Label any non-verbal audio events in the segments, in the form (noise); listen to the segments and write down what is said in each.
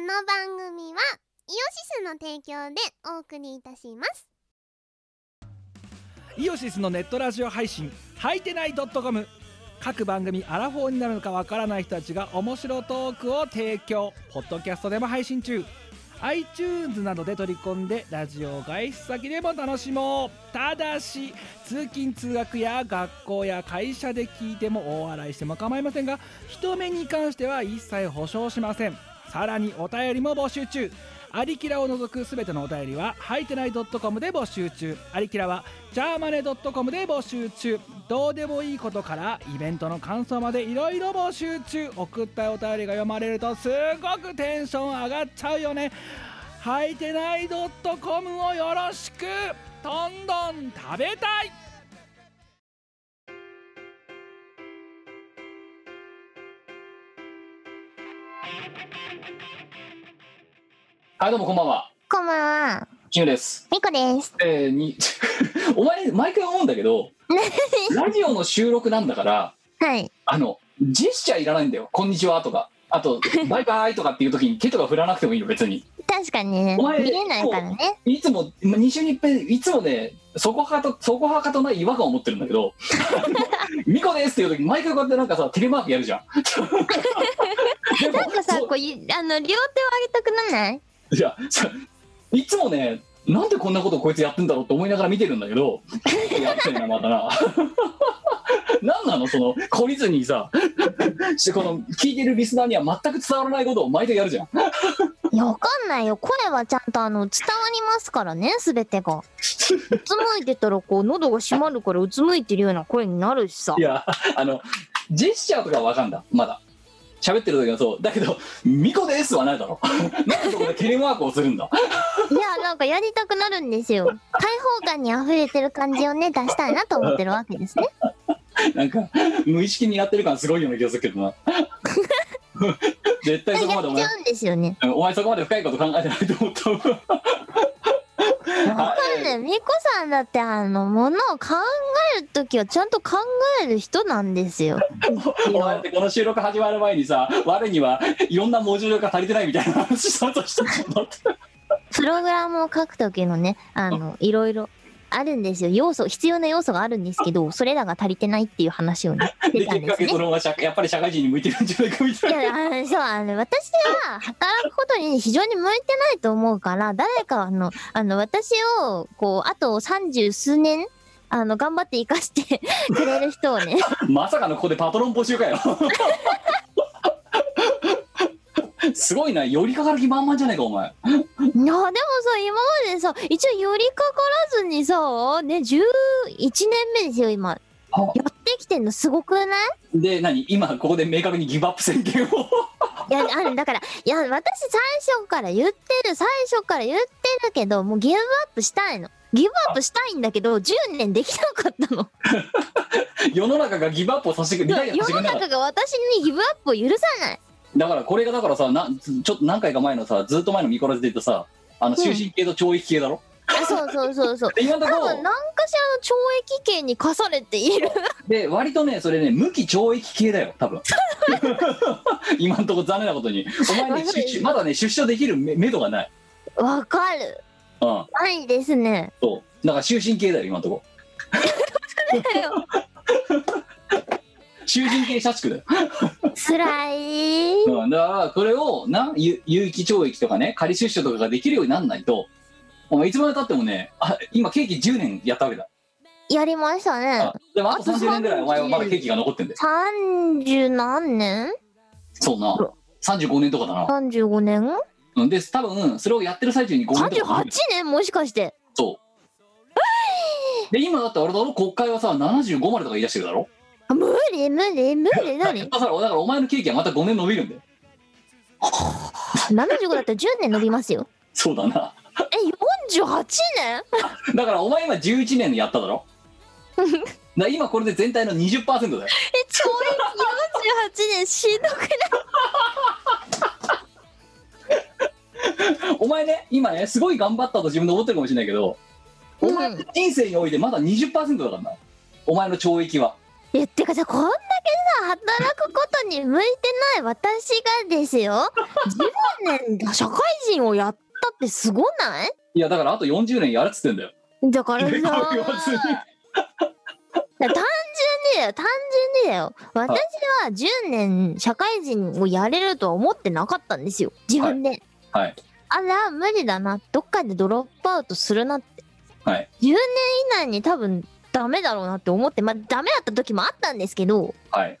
の番組はイオシスの提供でお送りいたしますイオシスのネットラジオ配信「はいてない .com」各番組アラフォーになるのかわからない人たちが面白トークを提供ポッドキャストでも配信中 iTunes などで取り込んでラジオを外出先でも楽しもうただし通勤通学や学校や会社で聞いても大笑いしても構いませんが人目に関しては一切保証しませんさらにお便りも募集中アリキラを除くすべてのお便りは、はいてない .com で募集中。アリキラは、ジャーマネ .com で募集中。どうでもいいことから、イベントの感想までいろいろ募集中。送ったお便りが読まれると、すごくテンション上がっちゃうよね。はいてない .com をよろしくどんどん食べたいはい、どうもこんばんは。こんばんはキムです。みこですえー、に、お前、毎回思うんだけど、ラジオの収録なんだから、 (laughs) はいあの、ジェスチャーいらないんだよ。こんにちはとか。あ (laughs) と、バイバイとかっていう時に手とか振らなくてもいいの、別に。確かにねお前見えないからねいつも、2週に一遍、いつもね、そこはかと、そこはかとない違和感を持ってるんだけ (laughs) ど、ミコですっていう時、毎回こうやってなんかさ、テレマークや (laughs) るじゃん。でもなんかさそうこういあの両手を上げたくならないいや、さいつもね、なんでこんなことこいつやってんだろうって思いながら見てるんだけど、やってんな、またな。 (laughs) なんなの、その、懲りずにさ、してこの、聞いてるリスナーには全く伝わらないことを毎回やるじゃん。いやわかんないよ声はちゃんとあの伝わりますからねすべて (laughs) がうつむいてたらこう喉が閉まるからうつむいてるような声になるしさいや、あの、ジェスチャーとかはわかんだ、まだ。喋ってる時はそう。だけど、ミコですはないだろ。 (laughs) なんでそこでテレワークをするんだ。いや、なんかやりたくなるんです (laughs) よ。開放感に溢れてる感じをね、出したいなと思ってるわけ (laughs) ですね。なんか、無意識にやってる感すごいような気がするけどな。 (laughs) 絶対やそっちこまでお前ゃうんですよね。うんお前そこまで深いこと考えてないと思った (laughs) わ。わかるね。みこさんだって、あの、ものを考えるときはちゃんと考える人なんですよ。お前ってこの収録始まる前にさ、我にはいろんな文字量が足りてないみたいな話さとしたんだって。プログラムを書くときのね、あの、いろいろ。あるんですよ要素必要な要素があるんですけどそれらが足りてないっていう話をね (laughs) で、出たんです結果ね結。論は社やっぱり社会人に向いてるんじゃないかみたい (laughs) いな。やあのそうあの私は働くことに非常に向いてないと思うから誰かあのあの私をこうあと三十数年あの頑張って生かしてくれる人をねまさかのここでパトロン募集かよ。 (laughs) すごいな、寄りかかる気満々じゃないか、お前。いやでもさ今までさ一応寄りかからずにさね11年目ですよ今あやってきてんのすごくないで、何今ここで明確にギブアップ宣言を。いやあのだからいや私最初から言ってる最初から言ってるけどもうギブアップしたいのギブアップしたいんだけど10年できなかったの。世の中がギブアップをさせてくれ世ない。の中が私にギブアップを許さないだからこれがだからさなちょっと何回か前のさずっと前のミコラジで言ったさあのうん終身刑と懲役系だろ、あそうそうそう (laughs) そうで今の多とこ分ろ何かしらの懲役刑に課されているで割とねそれね無期懲役系だよ多分 (laughs) 今のところ残念なことに (laughs) お前ねわかる出まだね出所できるめめどがない、わか (laughs) るうん、ないです (laughs) ねそうだから終身刑だよ今のところ終身刑社畜だよ、つらいうん、だからこれをなゆ有期懲役とかね仮出所とかができるようになんないとお前いつまでたってもねあ今刑期10年やったわけだ、やりましたねうんでもあとあと30年ぐらいお前はまだ刑期が残ってんだよ30何年そうなそう。 35年とかだな。 ?35 年うん、で、多分、それをやってる最中に5年とか ?38。年もしかしてそう。で、今だってあれだろ国会はさ、75までとか言い出してるだろ無理無理無理だ何からだからお前の刑期はまた5年伸びるんだよ。 75だったら10年伸びますよそうだな。え48年だからお前今11年やった (laughs) だろだから今これで全体の20%だよ。え懲役48年しんどくないお前ね、今ね、すごい頑張ったと自分で思ってるかもしれないけど、お前の人生においてまだ20%だからな。お前の懲役は。いや、ってかさ、こんだけさ、働くことに向いてない私がですよ、10年社会人をやったってすごないいやだからあと40年やるっつってんだよだ (laughs) からさ、でか言わずに単純にだよ、単純にだよ。私は10年社会人をやれるとは思ってなかったんですよ、自分で。はいはいあら、無理だな、どっかでドロップアウトするなって。はい10年以内に多分、ダメだろうなって思って、まあ、ダメだった時もあったんですけど、はい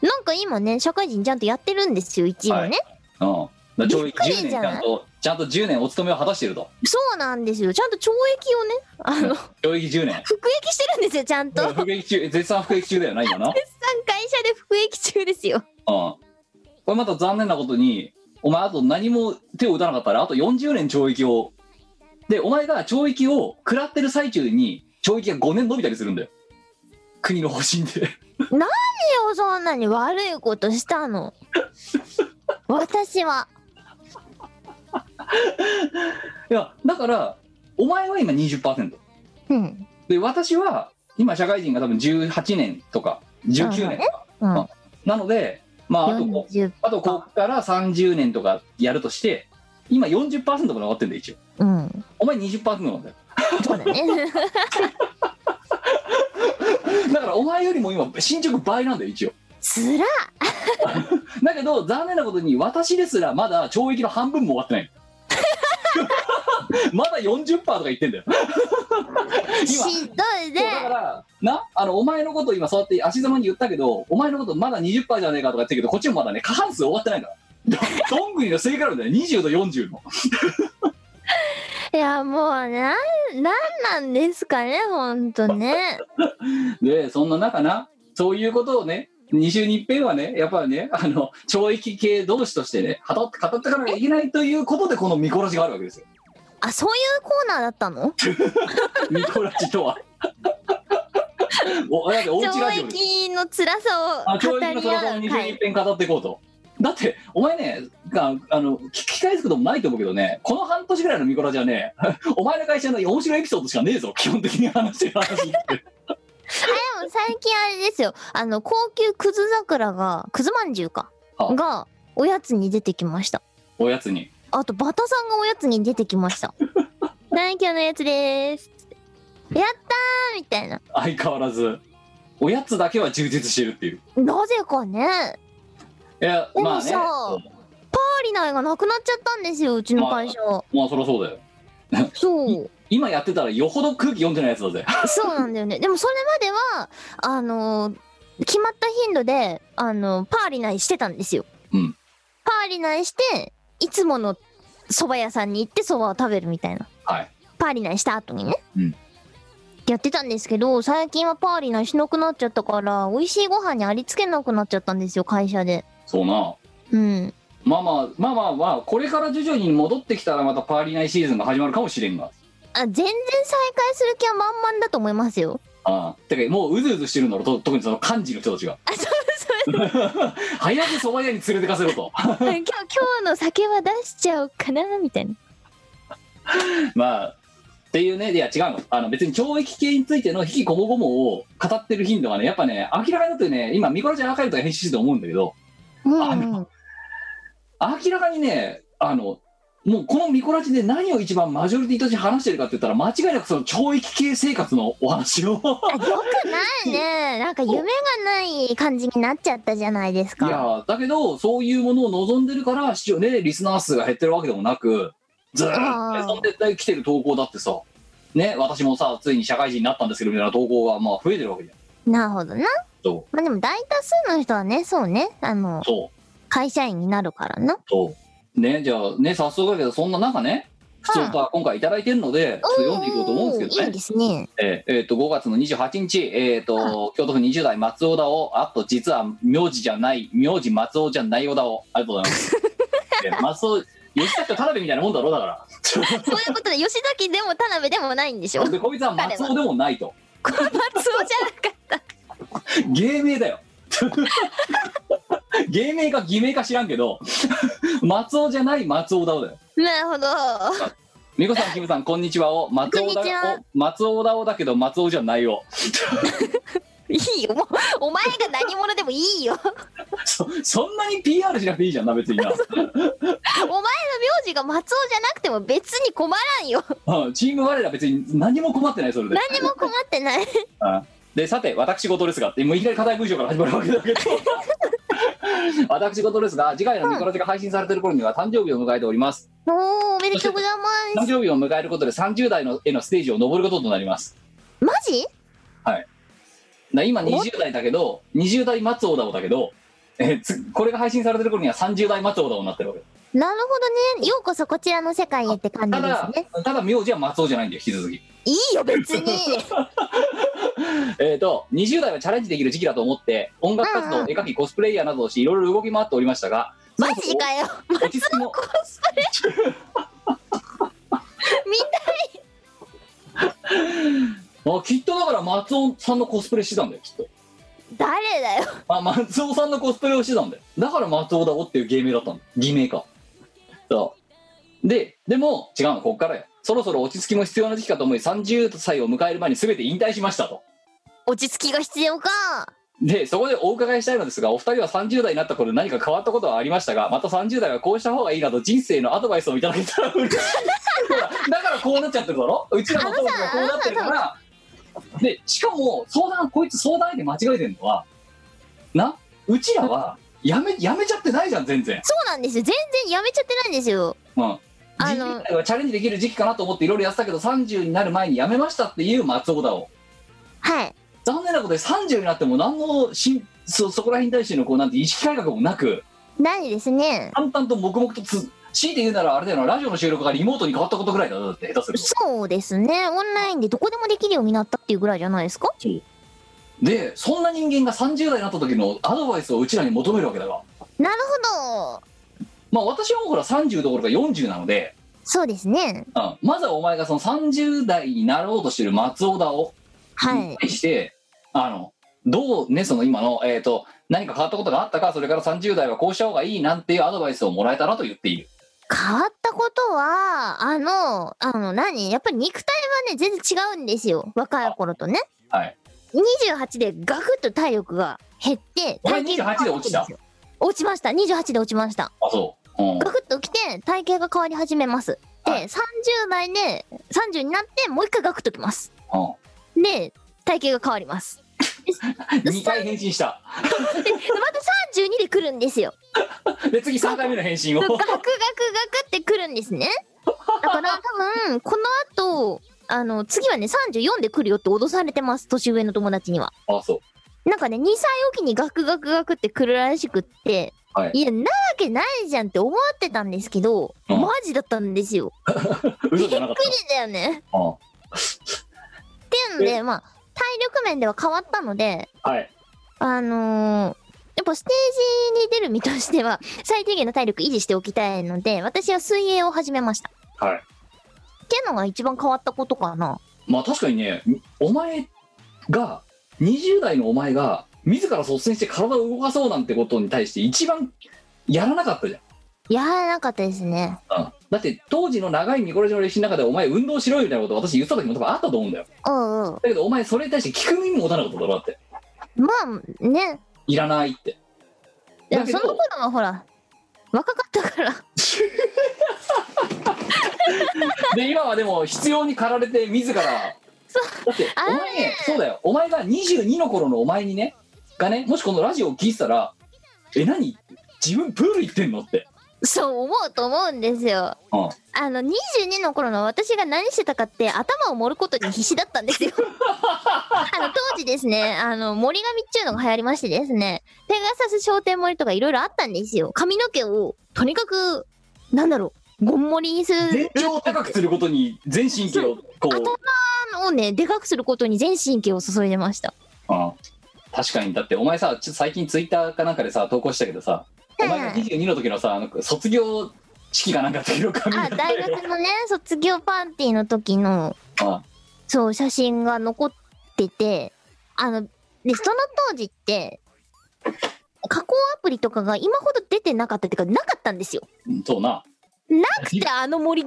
なんか今ね、社会人ちゃんとやってるんですよ、一応ね。うんだから懲びっ役くり10年ちじゃないゃんとちゃんと10年お勤めを果たしてるとそうなんですよ。ちゃんと懲役をね、あの、懲役10 (laughs) 年服役してるんですよ、ちゃん (laughs) と。服役中絶賛服役中だよな今な、う三ん、会社で服役中ですよ。これまた残念なことにお前あと何も手を打たなかったらあと40年懲役をでお前が懲役を食らってる最中に懲役が5年伸びたりするんだよ国の方針で (laughs) 何をそんなに悪いことした (laughs) の私は。いやだからお前は今20%うん。で私は今社会人が多分18年とか19年とかうん。なのでまああとこう40。あとこっから30年とかやるとして今40%まで終わってんだよ一応うん。お前20%なんだよそうだ (laughs) ね。だからお前よりも今進捗倍なんだよ一応つらっだけど残念なことに私ですらまだ懲役の半分も終わってない (laughs) まだ40%とか言ってんだよ今しどいそうだかね。らなあのお前のこと今そうやって足ざまに言ったけどお前のことまだ20%じゃねえかとか言ってるけどこっちもまだね過半数終わってないからどどんぐりの正解なんだよ20と40のいや、もう、なん、なんなんですかね、ほんとね。でそんな中なそういうことをね2週に一遍はねやっぱりねあの懲役系同士としてね語って語っていかなきゃいけないということでこの見殺しがあるわけですよあ、そういうコーナーだったの見殺しとはおだっておうちラジオ懲です役の辛さをあ語教育り合のそのうに会一。遍語っていこうと。だって、お前ね、があの聞き返すこともないと思うけどね、この半年ぐらいのミコラじゃね、 (laughs) お前の会社の面白いエピソードしかねえぞ、基本的に話してる話って。でも最近あれですよあの高級くず桜がくずまんじゅうかあがおやつに出てきましたおやつに。あとバタさんがおやつに出てきま (laughs) した「大今日のやつです」やったーみたいな相変わらず、おやつだけは充実してるっていう。なぜかねいや、でまもあね、さパーリナイがなくなっちゃったんですようちの会社まあそりゃそうだよ。そう今やってたらよほど空気読んでないやつだぜ。 (laughs) そうなんだよねでもそれまではあのー決まった頻度であのパーリナイしてたんですよ、うんパーリナイしていつもの蕎麦屋さんに行って蕎麦を食べるみたいなはい。パーリナイした後にね、うんやってたんですけど最近はパーリナイしなくなっちゃったから美味しいご飯にありつけなくなっちゃったんですよ会社でそうな。うんまあまあ、まあまあまあ、これから徐々に戻ってきたらまたパーリーナイシーズンが始まるかもしれんが。あ全然再開する気は満々だと思いますよ (laughs) ああてかもううずうずしてるんだろと特にその幹事の人たちがあそう早くそば屋に連れてかせろと (laughs) そう今日今日の酒は出しちゃおうかなみたいなまあっていうねいや違うのあの別に懲役刑についての引きこもごもを語ってる頻度がねやっぱね明らかになってね今ミコラちゃんアーカイブとか編集してると思うんだけどあうん、の明らかにねあのもうこのミコラチで何を一番マジョリティとして話してるかって言ったら間違いなくその懲役刑生活のお (laughs) 話をあよくないね。なんか夢がない感じになっちゃったじゃないですいか。やだけどそういうものを望んでるから視聴ねリスナー数が減ってるわけでもなくずーっと絶対来てる投稿だってさね私もさついに社会人になったんですけどみたいな投稿がまあ増えてるわけじゃんなるほどな。そまあでも大多数の人はね、そうね。あのう、そう会社員になるからな。そうねじゃあね早速だけどそんな中ね普通と今回いただいてるので、ちょっと読んでいこうと思うんですけおーいいどねですね。えーえーと5月の28日、えーと京都府20代松尾田をあと実は名字じゃない名字松尾じゃない小田をありがとうございます (laughs) いや松尾吉崎と田辺みたいなもんだろうだからそういうことで、吉崎でも田辺でもないんでしょ。こでこいつは松尾でもないとれ松尾じゃなかった。芸名だ (laughs) よ芸名か偽名か知らんけど松尾じゃない松尾だおだよなるほど。美子さんキムさんこんにちはを松尾こんにちだはお松尾だおだけど松尾じゃないよいいよもうお前が何者でもいいよそそんなに PR しなくていいじゃんな別に (laughs) な、お前の名字が松尾じゃなくても別に困らんようん、チーム我ら別に何も困ってないそれで、何も困ってないうんでさて私事ですがってもういきなり固い文章から始まるわけだ (laughs) けど私事ですが次回のニコラジが配信されてる頃には誕生日を迎えております (laughs) おーおめでとうございま誕生日を迎えることで30代のへのステージを登ることとなりますすマジな今20代だけど20代松尾だおだけど、えーつこれが配信されてる頃には30代松尾だおになってるわけなるほどねようこそこちらの世界へって感じたですだねただ名字は松尾じゃないんだよ引き続きいいよ別にえー、と20代はチャレンジできる時期だと思って音楽うん活う動ん絵描きコスプレイヤーなどをしていろいろ動き回っておりましたがマジかよ落ち着きもみんな (laughs) あきっとだから松尾さんのコスプレしてたんだよきっと誰だよあ松尾さんのコスプレをしてたんだよだから松尾だおっていう芸名だったんだ偽名かそうででも違うのこっからよそろそろ落ち着きも必要な時期かと思い30歳を迎える前に全て引退しましたと落ち着きが必要かでそこでお伺いしたいのですがお二人は30代になった頃何か変わったことはありましたがまた30代はこうした方がいいなど人生のアドバイスをいただけたら嬉しい (laughs) ほらだからこうなっちゃってるだろうちらのトークがこうなってるからでしかも相談こいつ相談相手間違えてるのはなうちらはやめやめちゃってないじゃん全然、そうなんですよ全然やめちゃってないんですようん、あの人生はチャレンジできる時期かなと思っていろいろやってたけど30になる前にやめましたっていう松尾だをはい残念なことで30になっても何のしんそそこら辺に対してのこうなんて意識改革もなくないですね淡々と黙々とつ強いて言うならあれだよなラジオの収録がリモートに変わったことぐらいだなだって下手するとそうですねオンラインでどこでもできるようになったっていうぐらいじゃないですかでそんな人間が30代になった時のアドバイスをうちらに求めるわけだがなるほどまあ私はもうほら30どころか40なので、そうですねうん、まずはお前がその30代になろうとしてる松尾田をはい対して、あのどうねその今のえっ、と何か変わったことがあったかそれから30代はこうした方がいいなんていうアドバイスをもらえたらと言っている変わったことはあのあの何やっぱり肉体はね全然違うんですよ若い頃とねはい28でガクッと体力が減って俺体型が28で落ちた落ちました28で落ちましたあそう、うん、ガクッと来て体型が変わり始めますではい30代で30になってもう一回ガクッときますうで体型が変わりますん、2回返信したでまた32で来るんですよで次3回目の返信をガクガクガクって来るんですねだから多分この後あの次はね34で来るよって脅されてます年上の友達にはあそうなんかね2歳おきにガクガクガクって来るらしくって、はいやなわけないじゃんって思ってたんですけど、うんマジだったんですよ嘘じゃなかびっっくりだよねたうんっていうのでまあ体力面では変わったのではいあのーやっぱステージに出る身としては (laughs) 最低限の体力維持しておきたいので私は水泳を始めましたはい。っていうのが一番変わったことかなまあ確かにね、お前が、20代のお前が、自ら率先して体を動かそうなんてことに対して一番やらなかったじゃん。やらなかったですねうんだって当時の長いニコラジの歴史の中でお前運動しろよみたいなこと私言ってた時も多分あったと思うんだよ。うんうんだけどお前それに対して聞く耳も持たなかっただろだって。まあねいらないって。いだやけそどの頃はほら若かったからで今はでも必要に駆られて自らだってあお前ねそうだよお前が22の頃のお前にねがねもしこのラジオを聞いてたら「え何自分プール行ってんの?」ってそう思うと思うんですよ。うんあの22の頃の私が何してたかって頭を盛ることに必死だったん (laughs) ですよ。あの当時ですねあの森紙っていうのが流行りましてですねペガサス商店盛りとかいろいろあったんですよ。髪の毛をとにかくなんだろうゴン盛りにす全る長を高くすることに全神経をこう頭をねでかくすることに全神経を注いでました。うん確かにだってお前さちょっと最近ツイッターかなんかでさ投稿したけどさお前が22の時のさあの卒業式かなんかっていう髪あ型大学のね卒業パーティーの時のあそう、写真が残ってて、あの、で、その当時って、加工アプリとかが今ほど出てなかったっていうか、なかったんですよ。うんそうななくて、あの森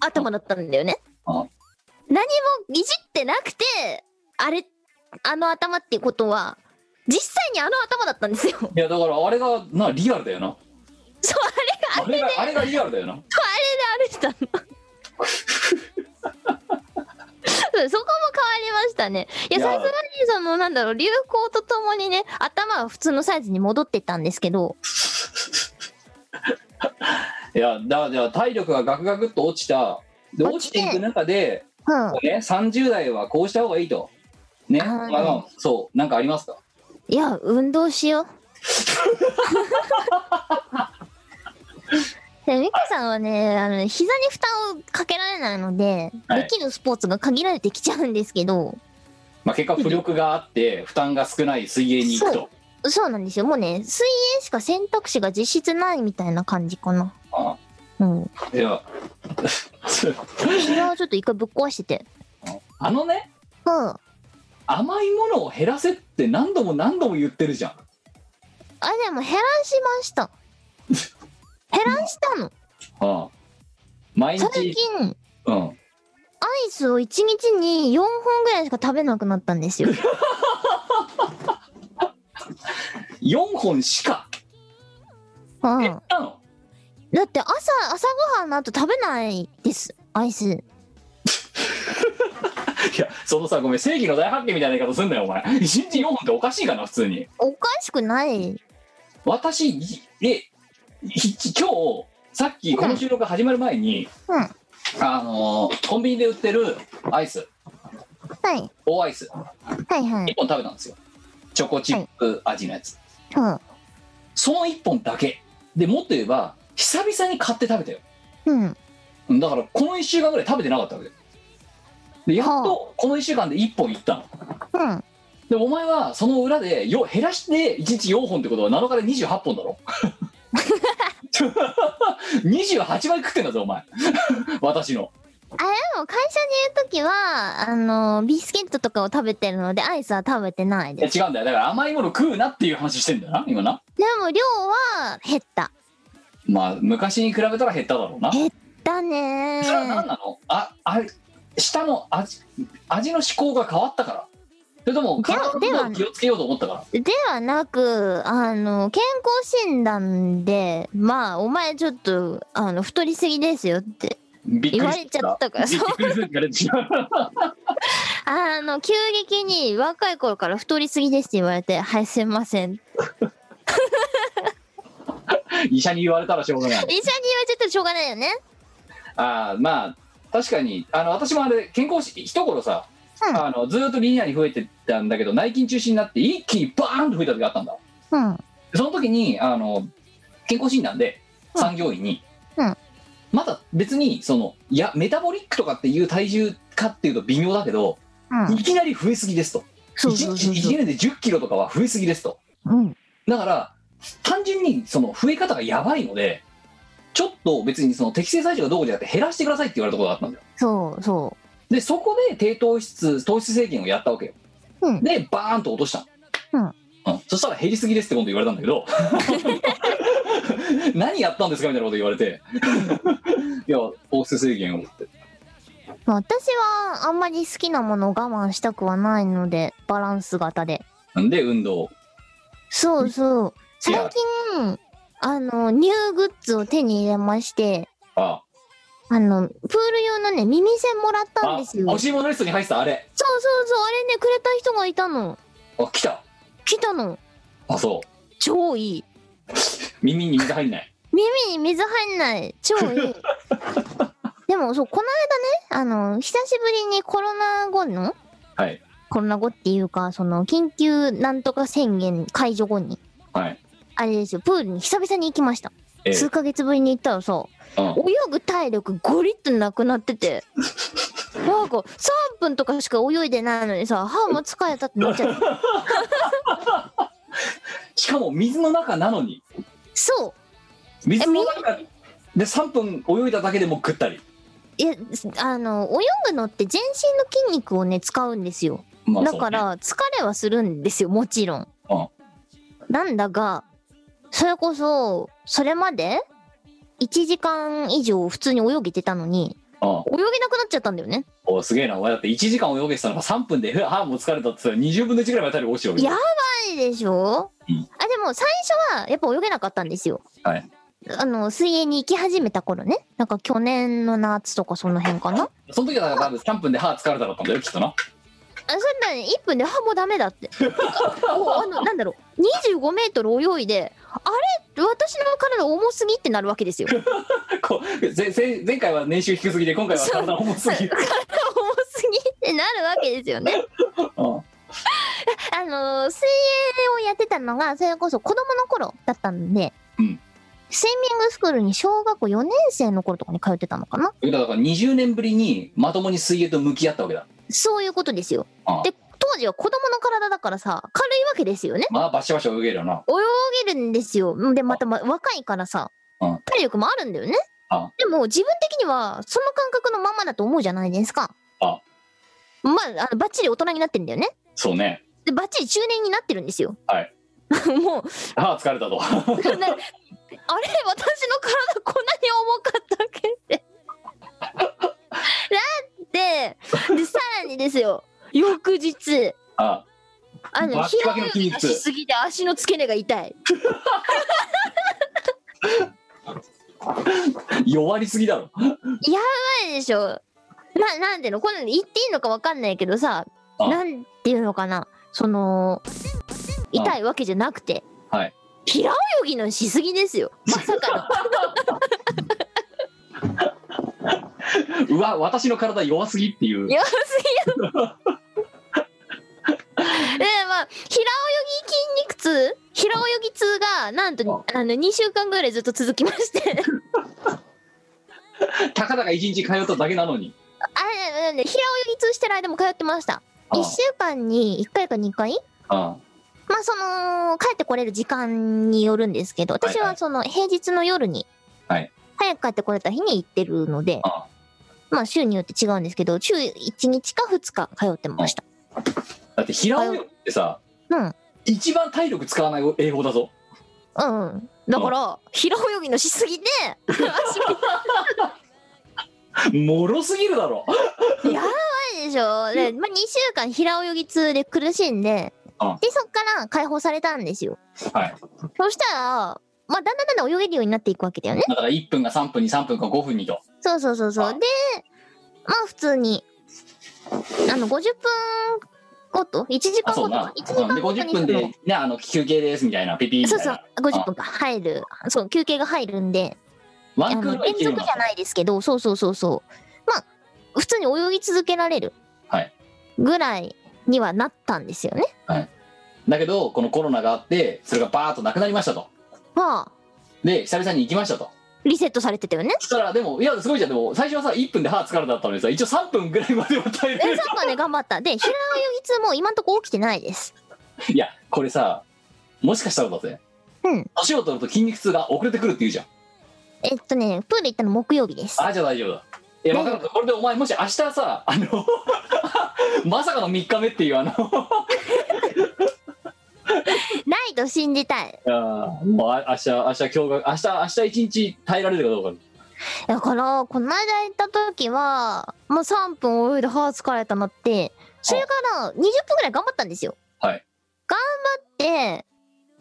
頭だったんだよね。あ何もいじってなくて、あれ、あの頭っていうことは、実際にあの頭だったんですよ。 (laughs) いやだからあれがなリアルだよなそう、あれがあれがリアルだよ (laughs) なあれで歩いてたの。そうそこも変わりましたね。いや、いやさすがに、その、なんだろう、流行とともにね、頭は普通のサイズに戻ってったんですけど、いやだじゃあ体力がガクガクっと落ちたで落ちていく中で、うん。ね、30代はこうした方がいいとねあはいのそうなんかありますかいや、運動し (laughs) よう。でミカさんはね、あのね膝に負担をかけられないので、はいできるスポーツが限られてきちゃうんですけど、まあ、結果浮力があって負担が少ない水泳に行くそとそうなんですよ。もうね、水泳しか選択肢が実質ないみたいな感じかな。あうん。いや (laughs) 膝をちょっと一回ぶっ壊してて。あのねうん。甘いものを減らせって何度も何度も言ってるじゃんあ、でも減らしました。減らしたの。ああ毎最日、近、うん、アイスを1日に4本ぐらいしか食べなくなったんですよ。 4本しかうん減っ。たの、だって朝朝ごはんの後食べないですアイスいやそのさごめん正義の大発見みたいな言い方すんなよお前1日4本っておかしいかな普通におかしくない私いえひ今日さっきこの収録が始まる前に、うんあのーコンビニで売ってるアイスはい大アイスはいは1い本食べたんですよチョコチップ味のやつ、うんその1本だけでもっと言えば久々に買って食べたようんうんだからこの1週間ぐらい食べてなかったわけでやっとこの1週間で1本いったのうんでお前はその裏でよ減らして1日4本ってことは7日で28本だろ28倍食ってんだぞお前私のでも会社にいるときはあのビスケットとかを食べてるのでアイスは食べてないいやです違うんだよだから甘いもの食うなっていう話してんだよな今なでも量は減ったまあ昔に比べたら減っただろうなだねそれは (laughs) 何なのああれ下の味味の思考が変わったからそれともじゃあ体のこでとはを気をつけようと思ったからではなくあの健康診断でまあお前ちょっとあの太りすぎですよってびっくり言われちゃったからびっくりするから違うあの急激に若い頃から太りすぎですって言われて「はいすいません」医者に医者に言われたらしょうがな言いわれちゃったらしょうがないよねあーまあ確かにあの私もあれ健康し一頃さ、うんあのずーっとリニアに増えてたんだけど内筋中心になって一気にバーンと増えた時があったんだうんその時にあの健康診断でうん産業医に、うんまだ別にそのいやメタボリックとかっていう体重かっていうと微妙だけど、うんいきなり増えすぎですとそうそうそうそ1う日1年で1 0キロとかは増えすぎですとうんだから単純にその増え方がやばいのでちょっと別にその適正体重がどうこうじゃなくて減らしてくださいって言われたことがあったんだよそうそでそこで低糖質糖質制限をやったわけよ、うんでバーンと落としたの、うんそしたら減りすぎですって今度言われたんだけど (laughs) 何やったんですかみたいなこと言わ (laughs) れていや糖質制限をってうまあ私はあんまり好きなものを我慢したくはないのでバランス型でんで運動そうそうい最や近あのニューグッズを手に入れましてああのプール用のね耳栓もらったんあですよそ欲うしいものリストに入ってたあれそうそうあれねくれた人がいたのあ来た来たのあそう超いい耳に水入んない耳に水入んない超い (laughs) いでもそうこの間ねあの久しぶりにコロナ後のはいコロナ後っていうかその緊急なんとか宣言解除後にはいあれですよプールに久々に行きました、ええ数ヶ月ぶりに行ったらさうん泳ぐ体力ゴリッとなくなって (laughs) てなんか3分とかしか泳いでないのにさ歯も疲れたってなっちゃったしかも水の中なのにそう水の中で3分泳いだだけでもうぐったり、いやあの泳ぐのって全身の筋肉をね使うんですよまあだそうねから疲れはするんですよもちろんうん。なんだがそれこそそれまで1時間以上普通に泳げてたのにああ泳げなくなっちゃったんだよね。おすげえなお前だって1時間泳げてたのが3分で「ああもう疲れた」って言ったら20分の1ぐらいまで体力落ちてるわけやないでしょ、うんあ、でも最初はやっぱ泳げなかったんですよ。はいあの、水泳に行き始めた頃ね。なんか去年の夏とかその辺かな。あ、その時は多分3分で「はあ疲れた」だったんだよきっとなそんなね、1分で、あ、もうダメだ (laughs) って。おあの、なんだろう、25メートル泳いで、あれ私の体重すぎってなるわけ (laughs) ですよ。こうぜぜ前回は年収低すぎで今回は体重す体ぎ重るすぎってなるわけですよね。うんあのー水泳をやってたのがそれこそ子供の頃だったんで、うんスイミングスクールに小学校4年生の頃とかに通ってたのかなだから20年ぶりにまともに水泳と向き合ったわけだそういうことですよああで当時は子供の体だからさ軽いわけですよねまあバシャバシャ泳げるよな泳げるんですよでまたま若いからさうん体力もあるんだよねあでも自分的にはその感覚のままだと思うじゃないですかあまああのバッチリ大人になってんだよねそうねでバッチリ中年になってるんですよはい (laughs) もうああ疲れたとなあれ私の体こんなに重かったっけってだってでさらにですよ翌日ああのバキバキ平の筋泳ぎ肉が痛しすぎて足の付け根が痛いあ弱りすぎだろ痛いでしょななんていうのこんなの言っていいのかわかんないけどさあなんていうのかなその痛いわけじゃなくてはい平泳ぎのしすぎですよまさかのうわ私の体弱すぎって (laughs) いう弱す (laughs) ぎるでまあ平泳ぎ筋肉痛平泳ぎ痛がなんとあの2週間ぐらいずっと続きまして (laughs) たかだか1日通っただけなのにあれなんで平泳ぎ痛してる間も通ってましたあ1週間に1回か2回あまあその帰ってこれる時間によるんですけど私はいははその平日の夜にはい早く帰ってこれた日に行ってるので、あまあ週によって違うんですけど週1日か2日通ってましただって平泳ぎってさうん一番体力使わない泳法だぞうん。だから、平泳ぎのしすぎ (laughs) で、足がもろすぎるだろやばいでしょ。で、まあ、2週間平泳ぎ痛で苦しんで、うんで、そっから解放されたんですよ。はいそしたら、まあ、だんだんだんだん泳げるようになっていくわけだよね。だから1分が3分に3分か5分にとそうそうそうそう。うんで、まあ、普通に、あの、50分ごと、1時あ間そうごとなか、1時間でごとに50そ分のでねあの休憩ですみたいなピピーみたそいうなそう、50分が入る、そう、休憩が入るんで、ワあンクーのルはい連ける続よじなゃないですけどそうそうそうそうまあ普通に泳ぎ続けられるはいぐらいにはなったんですよね。だけどこのコロナがあってそれがバーッとなくなりましたとまあで久々に行きましたとリセットされてたよ (laughs) ね。そしたらでもいやすごいじゃんでも最初はさ1分で歯疲れだったのにさ一応3分ぐらいまでは耐えでれる3番で頑張った。で平泳ぎ痛も今んとこ起きてないです。いやこれさもしかしたらだぜうん年を取ると筋肉痛が遅れてくるって言うじゃんえっとねプール行ったの木曜日です。あじゃあ大丈夫だいや分かったこれでお前もし明日さあの (laughs) まさかの3日目っていうあのないと信じたい。いやーもうあ明日明日今日が明日明日一日耐えられるかどうかだからこの間行った時はもう3分泳いで歯疲れたなってそれから20分ぐらい頑張ったんですよ。はい。頑張って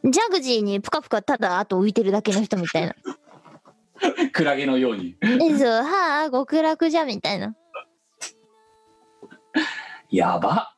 ジャグジーにぷかぷかただあと浮いてるだけの人みたい (laughs) な。クラゲのようにえそうはあ極楽じゃみたいなやば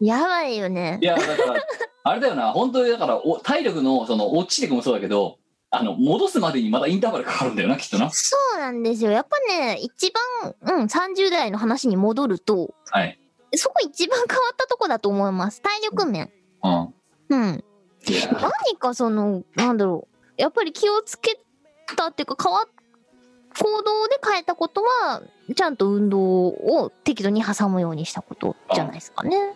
やばいよねいやだからあれだよな本当にだからお体力のその落ちてくもそうだけどあの戻すまでにまだインターバルかかるんだよなきっとなそうなんですよやっぱね一番、うん、30代の話に戻るとはい、そこ一番変わったとこだと思います体力面うん、うんいや何かそのなんだろうやっぱり気をつけたっていうか変わっ行動で変えたことはちゃんと運動を適度に挟むようにしたことじゃないですかね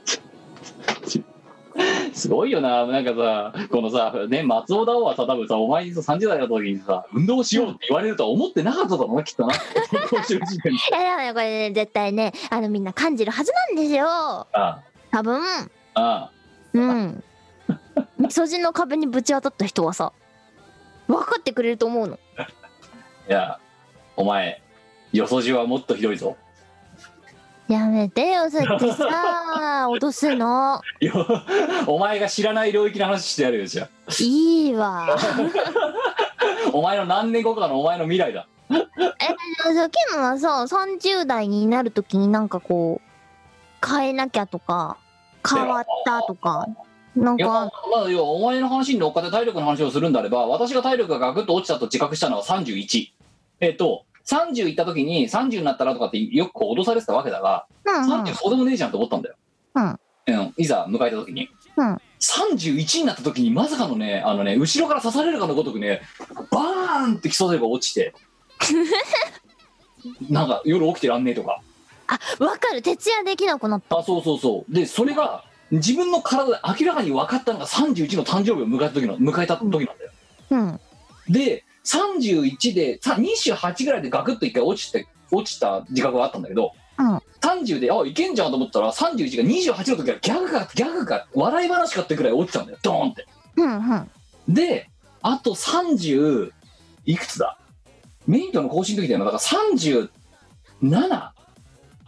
すごいよななんかさこのさね松尾だおはさ多分さお前にさ30代の時にさ運動しようって言われるとは思ってなかっただろうなき (laughs) っとな今週時点いでやだからこれね絶対ねあのみんな感じるはずなんですよあ多分あああうん。みそじの壁にぶち当たった人はさ、分かってくれると思うの。いやお前よそじはもっとひどいぞやめてよ、さっきさ、落とすの。いや (laughs) お前が知らない領域の話してやるよじゃいいわ。あお前の何年後かのお前の未来だえ、さっきのはさ、30代になるときになんかこう、変えなきゃとか、変わったとか、なんいやまかあ、まあ要はお前の話に乗っかって体力の話をするんであれば私が体力がガクッと落ちたと自覚したのは31えっと30いった時に30になったらとかってよくこう脅されてたわけだがうんうん30そうでもねえじゃんと思ったんだよ、うんうんいざ迎えた時に、うん31になった時にまさかのねあのね後ろから刺されるかのごとくねバーンって基礎勢が落ちてなんか夜起きてらんねえとかあ、わかる、徹夜できなくなった。あそうそうそうでそれが自分の体で明らかに分かったのが31の誕生日を迎えた時の迎えた時なんだようん。で31でさ28ぐらいでガクッと一回落ちて落ちた自覚があったんだけど、うん30であいけんじゃんと思ったら31が28の時はギャグかギャグか笑い話かってぐらい落ちたんだよドーンってうんうん。であと30いくつだメインとの更新の時だよなだから37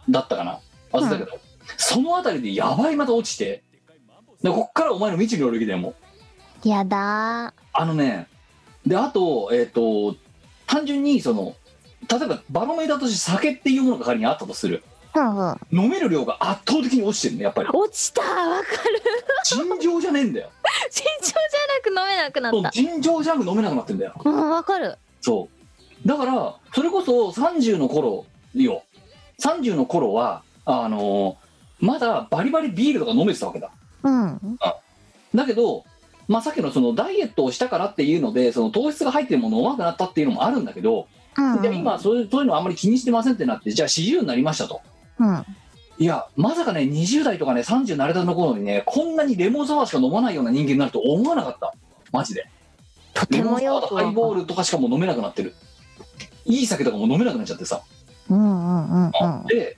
だったかな忘れたけど、その辺りでやばいまた落ちてでこっからお前の未知の領域だよもうやだあのね、で、あと、えっ、と、単純に、その、例えばバロメーターとして酒っていうものが仮にあったとする。ー。うんうん。飲める量が圧倒的に落ちてるね、や (laughs) っぱり。落ちたわかる。尋常じゃねえんだよ。尋常じゃなく飲めなくなそうった。尋常じゃなく飲めなくなってんだよ。うん、わかる。そう。だから、それこそ30の頃よ。30の頃は、あのーまだバリバリビールとか飲めてたわけだ。うん。だけど、まあ、さっきのそのダイエットをしたからっていうので、その糖質が入ってるものを飲まなくなったっていうのもあるんだけど、うん。じゃあ今そういうそういうのあんまり気にしてませんってなってじゃあ40になりましたとうん。いやまさかね20代とかね30になれたの頃にねこんなにレモンサワーしか飲まないような人間になると思わなかったマジでとレてモもンサワよーとくハイボわーかる。ルとかしかもう飲めなくなってるいい酒とかも飲めなくなっちゃってさうんうんうんうん。で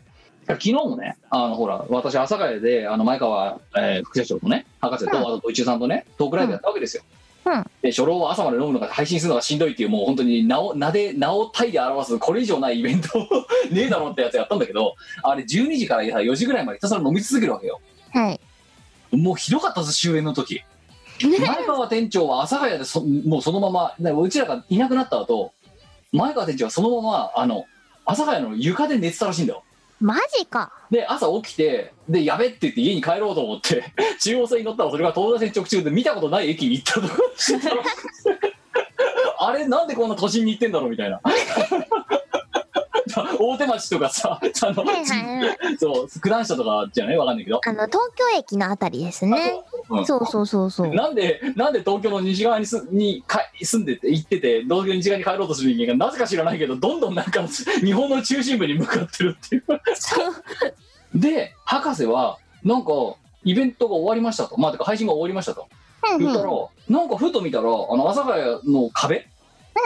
昨日もねあのほら私朝ヶ谷であの前川、えー副社長とね博士と、うんあと宇宙さんとねトークライブやったわけですよ、うんで初老は朝まで飲むのが配信するのがしんどいっていうもう本当に名を名で名を体で表すこれ以上ないイベント (laughs) ねえだろってやつやったんだけどあれ12時から4時ぐらいまでひたすら飲み続けるわけよはい。もうひどかったぞ終演の時前川店長は朝ヶ谷でそもうそのままねうちらがいなくなった後前川店長はそのままあの朝ヶ谷の床で寝てたらしいんだよマジか。で朝起きてでやべって言って家に帰ろうと思って (laughs) 中央線に乗ったらそれが東大線直中で見たことない駅に行ったとか (laughs) あれなんでこんな都心に行ってんだろうみたいな (laughs) 大手町とかさあの、はいはいはい。そう九段下とかじゃないわかんないけどあの、東京駅のあたりですね。うんそうそうそうそう。なんでなんで東京の西側にすにか住んでて行ってて東京の西側に帰ろうとする人間がなぜか知らないけどどんどんなんか日本の中心部に向かってるっていうそう。で博士はなんかイベントが終わりましたとまあてか配信が終わりましたとうん言うったら、ん。なんかふと見たらあの朝ヶ谷の壁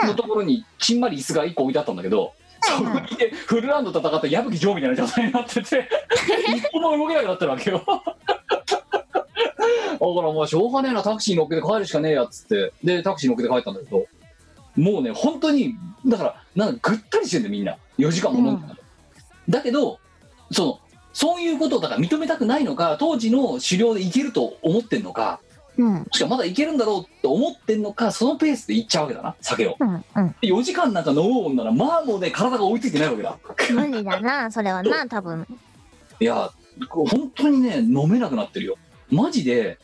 うんのところにちんまり椅子が1個置いてあったんだけど、はいはいそこにいてフルラウンド戦った矢吹城みたいな状態になって (laughs) て一歩も動けなくなってるわけ (laughs) よだからもうしょうがねえなタクシーに乗っけて帰るしかねえやっつってでタクシーに乗っけて帰ったんだけどもうね本当にだからなんかぐったりしてんだよみんな4時間も飲んでたの、だけどそのそういうことをだから認めたくないのか当時の狩猟でいけると思ってんのかうん。しかもまだいけるんだろうと思ってんのかそのペースで行っちゃうわけだな酒をうんうん。 4時間なんか飲もうもんならまあもうね体が追いついてないわけだ無理だな、それはな、多分。いやこう本当にね飲めなくなってるよマジで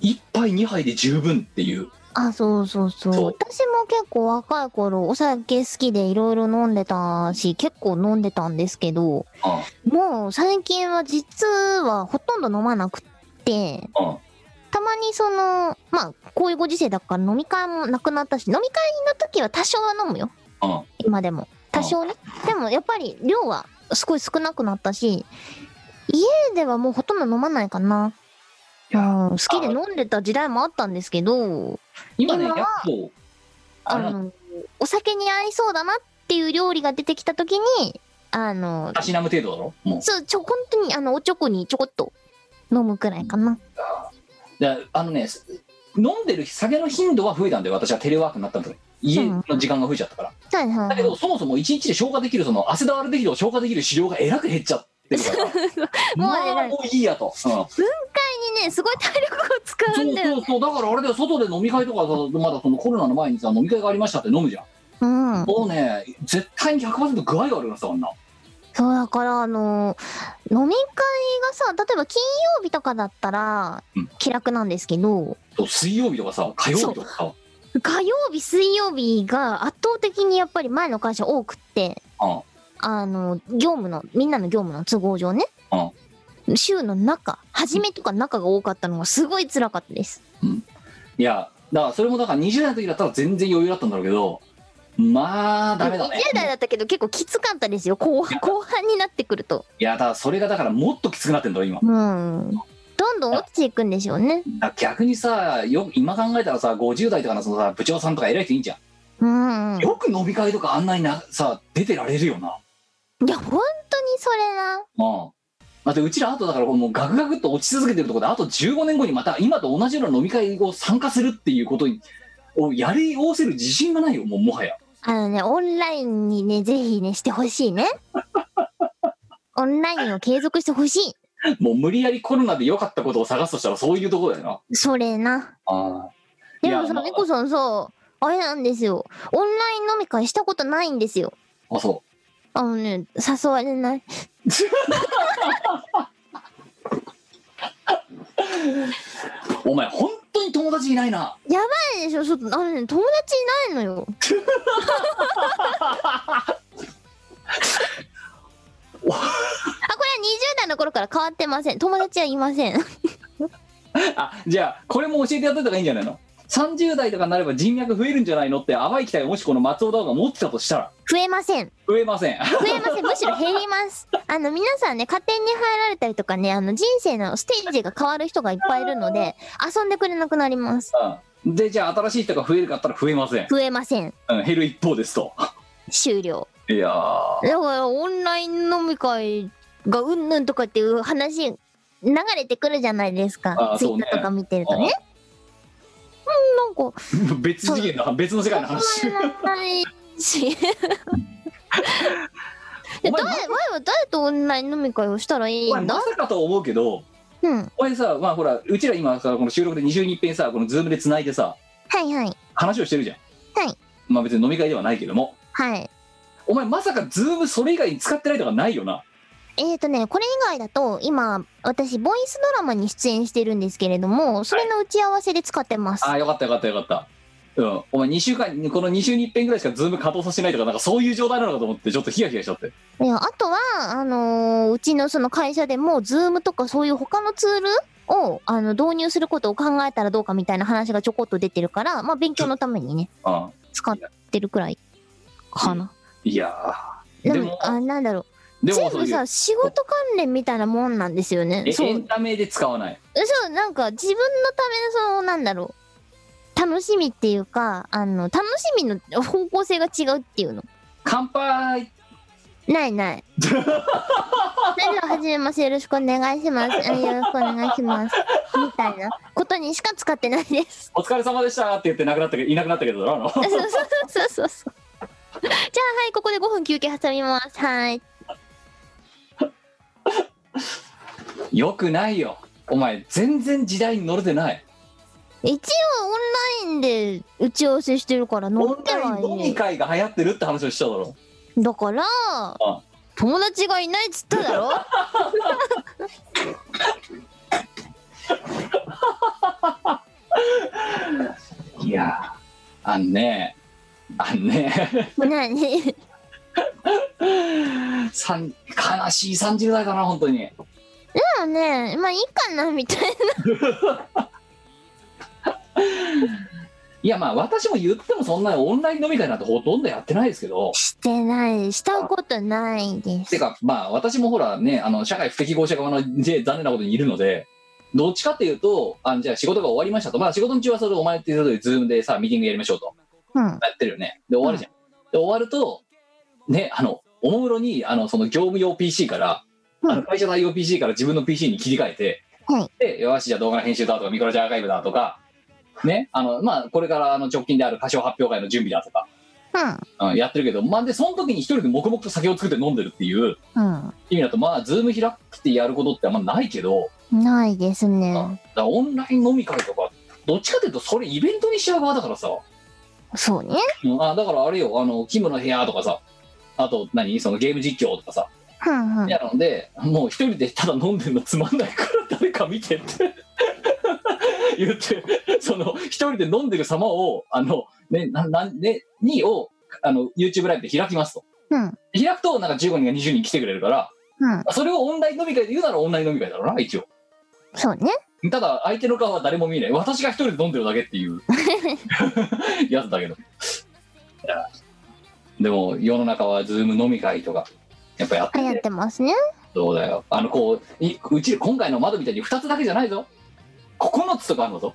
1杯2杯で十分っていうあ、そうそうそう。そう私も結構若い頃、お酒好きでいろいろ飲んでたし、結構飲んでたんですけど、あもう最近は実はほとんど飲まなくって、ああたまにそのまあこういうご時世だから飲み会もなくなったし飲み会の時は多少は飲むよああ今でも多少ねでもやっぱり量はすごい少なくなったし家ではもうほとんど飲まないかな、いやうん好きで飲んでた時代もあったんですけど今ねや今っはぱこうああのお酒に合いそうだなっていう料理が出てきた時にあのたしなむ程度だろもうそうちょ本当にあのおちょこにちょこっと飲むくらいかなであのねす飲んでる酒の頻度は増えたんだよ私はテレワークになった時家の時間が増えちゃったから、はいはいだけどそもそも一日で消化できるその汗だわれできるを消化できる資料がえらく減っちゃって (laughs) るからもうまあ偉いもういいやと、うん、そうにねすごい体力を使そうんだようそうだからあれだよ外で飲み会とかさまだそのコロナの前にさ飲み会がありましたって飲むじゃんうんもうね絶対に100%具合が悪いなさあんなそうだからあの飲み会がさ例えば金曜日とかだったらうん気楽なんですけどそう水曜日とかさ火曜日とかさ火曜日水曜日が圧倒的にやっぱり前の会社多くってうんあの業務のみんなの業務の都合上ねあ週の中初めとか中が多かったのがすごい辛かったですいやだからそれもだから20代の時だったら全然余裕だったんだろうけどまあダメだね20代だったけど結構きつかったですよ後半後半になってくるといやだからそれがだからもっときつくなってんだろ今うんどんどん落ちていくんでしょうねだから逆にさよ今考えたらさ50代とかのそのさ部長さんとか偉い人いいんじゃんうんうんよく飲み会とかあんなになさ出てられるよないや本当にそれなうんだってうちらあとだからもうガクガクっと落ち続けてるところであと15年後にまた今と同じような飲み会を参加するっていうことにをやりおせる自信がないよもうもはやあのね、オンラインにね、ぜひね、してほしい (laughs) ね。オンラインを継続してほしい。もう無理やりコロナで良かったことを探すとしたらそういうところだよなそれな。あでもいさ、やみこさんさ、あれなんですよ。オンライン飲み会したことないんですよ。ああそあのね、誘われない。う (laughs) お前本当に友達いないなないでしょ、ちょっと、あのね、友達いないのよ。あ、(laughs) これは20代の頃から変わってません。友達はいません。あじゃあこれも教えてやっといた方がいいんじゃないの30代とかになれば人脈増えるんじゃないのって淡い期待をもしこの松尾道が持ってたとしたら増えません。増えません増えません。むしろ減ります。あの、皆さんね、家庭に入られたりとかね、あの、人生のステージが変わる人がいっぱいいるので、遊んでくれなくなります。うんでじゃあ新しい人が増えるかって言ったら増えません、増えません。うん、減る一方ですと終了。いやーだから、オンライン飲み会がうんぬんとかっていう話、流れてくるじゃないですかあ。ツイそうッねターとか見てるとね。うん、なんか、別次元の別の世界の話変わらないし。い (laughs) おや誰、前は前誰とオンライン飲み会をしたらいいお前んだまさかとは思うけどうん。はお前さまあほらうちら今さこの収録で2週に一遍さこのズームでつないでさいはい。話をしてるじゃんはいまあ別に飲み会ではないけどもはい。お前まさかズームそれ以外に使ってないとかないよなえーとね、これ以外だと、今、私、ボイスドラマに出演してるんですけれども、それの打ち合わせで使ってます。ああよかったよかったよかったうん、お前2週間この2週に1遍ぐらいしかズーム稼働させてないとかなんかそういう状態なのかと思ってちょっとヒヤヒヤしちゃっていやあとは、あのーうちのその会社でも、ズームとかそういう他のツールを、あの、導入することを考えたらどうかみたいな話がちょこっと出てるから、まあ、勉強のために (laughs) ね、うん使ってるくらい、かな。いやーででもも、あ、なんだろう。でも全そう部いうさ、仕事関連みたいなもんなんですよねえ。そうエ。ンタメで使わないそう、なんか自分のためのその、なんだろう。楽しみっていうか、あの、楽しみの方向性が違うっていうの。乾杯ないない。 (laughs) 何を始めます。よろしくお願いします。あよろしくお願いします。みたいなことにしか使ってない (laughs) です。お疲れ様でしたって言ってなくなったけどいなくなったけどだろあそうそうそうそうそう。じゃあはい、ここで5分休憩挟みます。はい。の (laughs) よくないよお前全然時代に乗れてない一応オンラインで打ち合わせしてるから乗オっンてラはイいン飲みる。会が流行ってるって話をしただろだから、友達がいないっつった (laughs) だろいやーあんねあんね (laughs) 何さん悲しい30代かな本当にまあね、まあいいかなみたいな。いやまあ私も言ってもそんなオンライン飲み会なんてほとんどやってないですけど (laughs) してない、したことないでてす。かまあ私もほらねあの社会不適合者側ので残念なことにいるのでどっちかっていうとあじゃあ仕事が終わりましたとまあ仕事中はそれお前っていうことでズームでさミーティングやりましょうとうん。やってるよねで終わるじゃん、で終わるとねあのおもむろにあのその業務用 PC から、うんあの会社対応 PC から自分の PC に切り替えて、はいでよしじゃあ動画の編集だとかミクロジアーカイブだとかね、あの、まあ、これからあの直近である歌唱発表会の準備だとか、うん、やってるけど、まあ、で、その時に一人で黙々と酒を作って飲んでるっていううん。意味だと、まあ、ズーム開くってやることってあんまないけど、うん。ないですうんねだ。からオンライン飲み会とか、どっちかというと、それイベントにしちゃう側だからさ、そうね。うんあだからあれよ、あの、キムの部屋とかさ、あと何、そのゲーム実況とかさ、うんうん。やるので、もう一人でただ飲んでるのつまんないから誰か見てって (laughs) 言って、その一人で飲んでる様を、あの、ね、ななんね、2を、あの、YouTube ライブで開きますと。うん。開くと、なんか15人が20人来てくれるから、うん。それをオンライン飲み会で言うならオンライン飲み会だろうな、一応。そうね。ただ、相手の顔は誰も見えない。私が一人で飲んでるだけっていう (laughs) やつだけど。いやでも、世の中はズーム飲み会とか、やっぱやって流る行ってますね。そうだよ。あの、こう、いうち、今回の窓みたいに2つだけじゃないぞ。9つとかあるのぞ。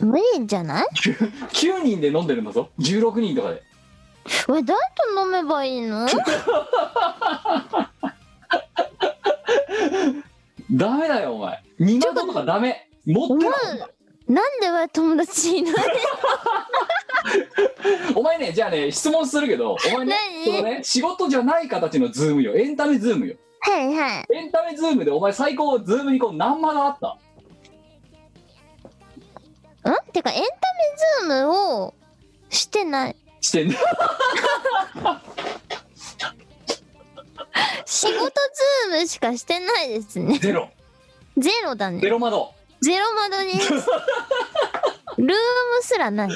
無理じゃない9人で飲んでるのぞ。16人とかで。え、誰と飲めばいいのダメだよ、お前。2窓とかダメ。持ってないなんでは友達いないお前ね、じゃあね、質問するけど、お前ね、何そのね、仕事じゃない形のズームよ。エンタメズームよ。はいはい。エンタメズームで、お前最高、ズームにこう、何窓あったんてか、エンタメズームをしてない。してんの仕事ズームしかしてないですね。 (laughs) ゼロ。ゼロだねゼ。ロ窓。ゼロ窓 (laughs) にルームすらない。あ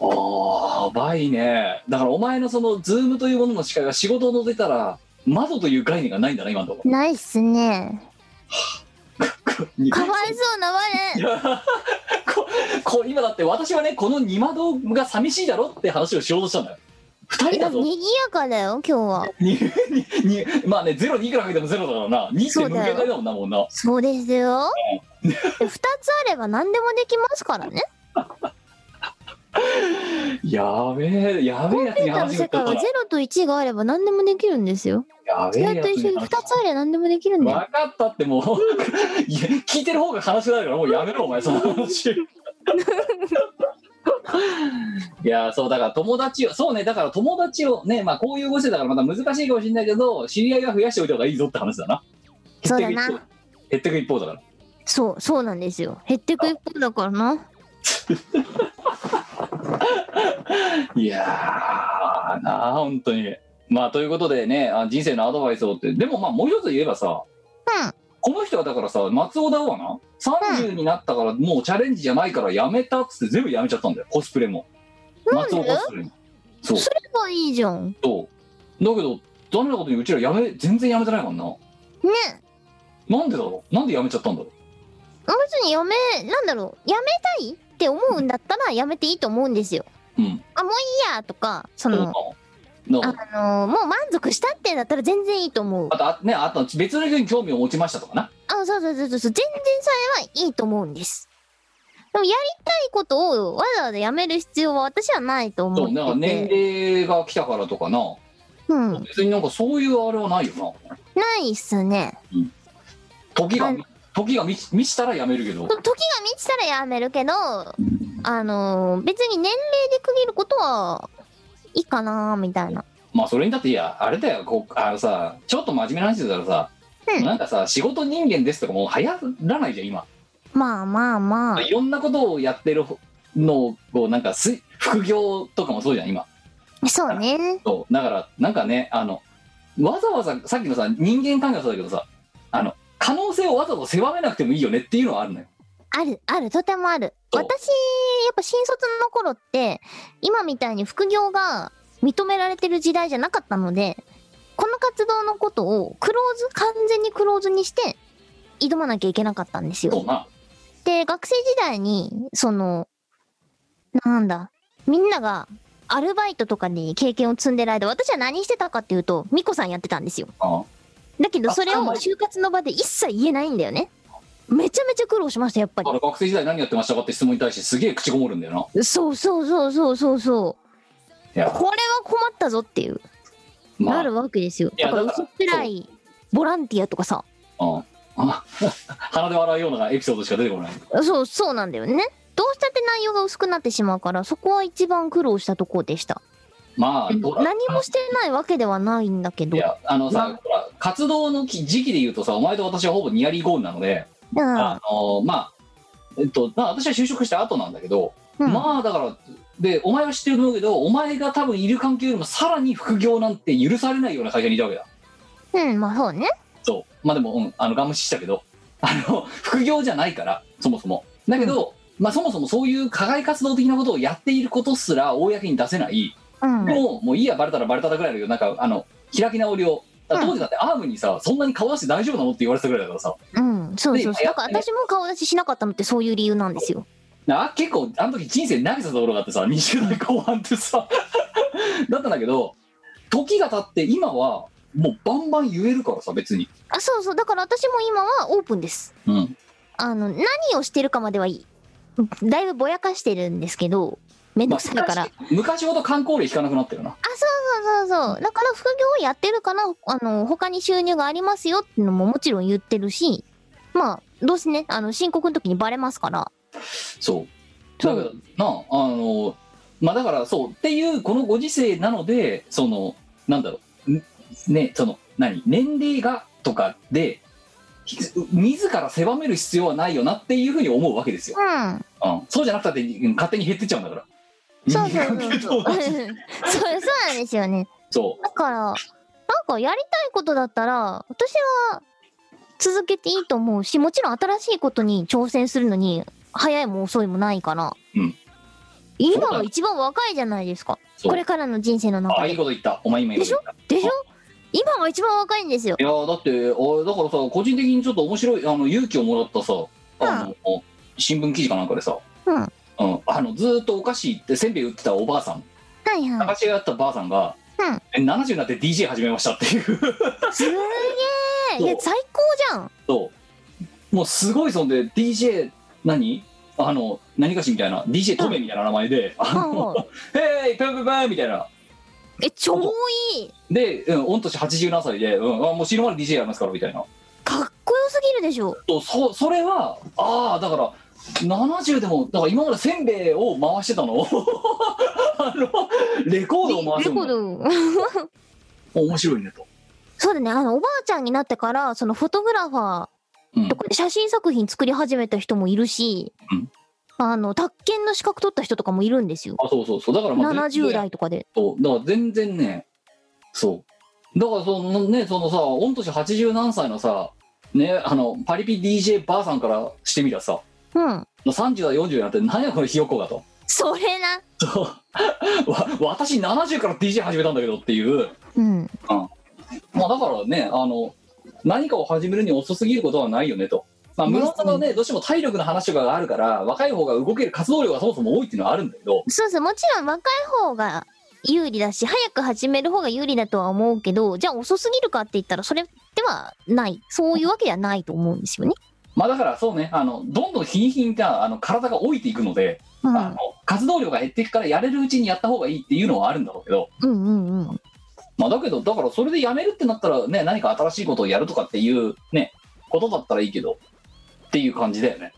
あ、やばいね。だからお前のその、ズームというものの視界が仕事を除いたら、窓という概念がないんだな、今のところ。ないっすね。 (laughs) かわいそうな我。ここ今だって私はねこの二窓が寂しいだろって話をしようとしたんだよ二人いや、だ賑ぞやかだよ、今日は。にににまあねゼロにいくらかけてもゼロだからな2ってそ無う限だよ大だもんなもんなそうですよ。二つあれば何でもできますからね。やべえやべえコンやつにピューターの話世が来界たかはらゼロと一があれば何でもできるんですよ。やそべれえやとつ一緒にに二話つあれば何でもできるん分だよ。かったってもう (laughs) いや聞いてる方が悲しくなるからもうやめろお前そ (laughs) の話いやそうだから友達をそうねだから友達をねまあこういうご時世だからまた難しいかもしれないけど知り合いは増やしておいた方がいいぞって話だなそうだな減っていく一方減っていく一方だからそう、そうなんですよ。減ってく一方だからな。いやーなあ本当にまあということでねあ人生のアドバイスをってでもまあもう一つ言えばさ、うんこの人はだからさ松尾だわな30になったからもうチャレンジじゃないからやめたっつって全部やめちゃったんだよコスプレもなん松で尾コスプレもそうすればいいじゃん。ね。そうだけどダメなことにうちらやめ全然やめてないからななんでだろうなんでやめちゃったんだろ別にやめ、なんだろう、やめたいって思うんだったらやめていいと思うんですよ。ううんあ、もういいやとか、そそうの、なのあなのーもう満足したってだったら全然いいと思う。あとあねあと別の人に興味を持ちましたとかなあ、そうそうそうそう、全然それはいいと思うんです。でもやりたいことをわざわざやめる必要は私はないと思そうっなんかて年て。齢が来たからとかなうん、別になんかそういうあれはないよなないっすね。時がはい時が満ち満ちたらやめるけどと時が満ちたらやめるけど、あのー別に年齢で区切ることはいいかなーみたいな。まあそれにだっていやあれだよこうあのさちょっと真面目な話でたらさ、うんなんかさ仕事人間ですとかもう流行らないじゃん今、まあまあまあ。いろんなことをやってるのをなんかす副業とかもそうじゃん今そうね。そうだからなんかねあのわざわざさっきのさ人間関係もそうだけどさあの可能性をわざわざ狭めなくてもいいよねっていうのはあるのよある、ある、とてもある。そう私、やっぱ新卒の頃って、今みたいに副業が認められてる時代じゃなかったので、この活動のことをクローズ、完全にクローズにして、挑まなきゃいけなかったんですそうよ。なで、学生時代に、その、なんだ、みんなが、アルバイトとかに経験を積んでる間、私は何してたかっていうと、ミコさんやってたんですよ。あだけど、あそれをあんまり就活の場で一切言えないんだよね。めちゃめちゃ苦労しました、やっぱりだか。ら学生時代何やってましたかって質問に対してすげえ口ごもるんだよなそうそうそうそうそうそう。いやこれは困ったぞっていう、まあなるわけですよ。いやだからだから薄っぺらいボランティアとかさ、うんあ鼻で笑うようなエピソードしか出てこないそう、そうなんだよね。どうしたって内容が薄くなってしまうから、そこは一番苦労したとこでした。まあ何どうだもしてないわけではないんだけいど。やあのさ、まほら活動のき時期で言うとさお前と私はほぼニアリーゴールなので、うん。あのまあえっとまあ私は就職した後なんだけど、うんまあだからでお前は知ってると思うけどお前が多分いる環境よりもさらに副業なんて許されないような会社にいたわけだうん、まあそうね。そうまあでも、うん、あのガムシしたけど (laughs) あの副業じゃないからそもそもだけど、まあそもそもそういう課外活動的なことをやっていることすら公に出せない、うん。でももういいやバレたらバレたらぐらいのなんかあの開き直りをだから当時だってアームにさそんなに顔出して大丈夫なのって言われてたぐらいだからさうん、そうそうそう。でだから私も顔出ししなかったのってそういう理由なんですよ。な結構あの時人生投げたところがあってさ20代後半ってさ (laughs) だったんだけど時が経って今はもうバンバン言えるからさ別に、あ、そうそう。だから私も今はオープンです。うん、あの、何をしてるかまではいい。だいぶぼやかしてるんですけど、めんどくさいから。まあ昔昔ほど観光例引かなくなったよなそうそうそう。だから副業をやってるから、あの、他に収入がありますよっていうのももちろん言ってるし、まあ、どうせね、あの、申告の時にバレますから。そうそだうけどなああのまあだからそうっていうこのご時世なのでそのなんだろうんねその何年齢がとかでひ自ら狭める必要はないよなっていうふうに思うわけですよ、うん。うん、そうじゃなくたってうん勝手に減ってっちゃうんだからそう人そう間関そ係うそう。と (laughs) そう、同そうじなんですよね。 (laughs) そうだから、なんかやりたいことだったら、私は続けていいと思うし、もちろん新しいことに挑戦するのに、早いも遅いもないから。うん今は一番若いじゃないですか。そうこれからの人生のあ中あいいで。こと言ったお前今いいこと言ったでしょ今が一番若いんですよ。いやーだってあだからさ個人的にちょっと面白いあの勇気をもらったさあの、新聞記事かなんかでさ、うんうんあのずーっとお菓子ってせんべい売ってたおばあさんはいはい。昔やったばあさんが、うんえ70になって DJ 始めましたっていう (laughs) すげえいやそう最高じゃんそうもうすごいそんで DJ 何あの何かしみたいな DJ トメみたいな名前で「あのはいはへいペンペンペン!」みたいなえ超いいで、うん、御年87歳で「うん、あもう死ぬまで DJ やりますから」みたいなかっこよすぎるでしょとそそれはああだから70でもだから今までせんべいを回してたの (laughs) をあのレコードをレ回してコたーのド面白いねとそうだねあのおばあちゃんになってからそのフォトグラファうんーとかで写真作品作り始めた人もいるし、うんあの宅建の資格取った人とかもいるんですよあそうそうそうだからまあ70代とかでそうだから全然ねそうだからそのねそのさ御年80何歳のさねあのパリピ DJ ばあさんからしてみたらさうん30代40代なんて何やこのひよっこがとそれなそうわ私70から DJ 始めたんだけどっていううんまあだからねあの何かを始めるに遅すぎることはないよねと、まあ、無論そのねどうしても体力の話とかがあるから若い方が動ける活動量がそもそも多いっていうのはあるんだけどそうそうもちろん若い方が有利だし早く始める方が有利だとは思うけどじゃあ遅すぎるかって言ったらそれではないそういうわけではないと思うんですよね。まあだからそうねあのどんどん日に日にさあの体が老いていくので、うあの活動量が減っていくからやれるうちにやった方がいいっていうのはあるんだろうけど、うんうんうん。まあ、だけどだからそれでやめるってなったらね何か新しいことをやるとかっていうねことだったらいいけどっていう感じだよね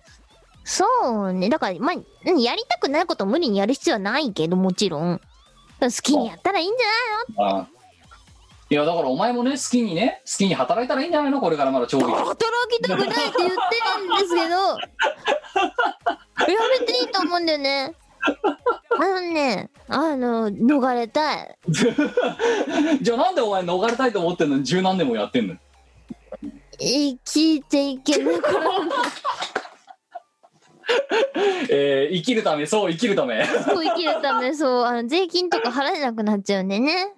そうね。だから、まあ、うんやりたくないことを無理にやる必要はないけど、もちろん。好きにやったらいいんじゃあいやだからお前もね好きにね好きに働いたらいいんじゃないのこれからまだ長期ない働きたくないって言ってるんですけど、やめていいと思うんだよね。あのね、あの、逃れたい。じゃあなんでお前逃れたいと思ってんのに十何年もやってんのよ生きていけなくなる。えー生きるためそう生きるため (laughs) そう生きるため、そう、あの、税金とか払えなくなっちゃうんでね。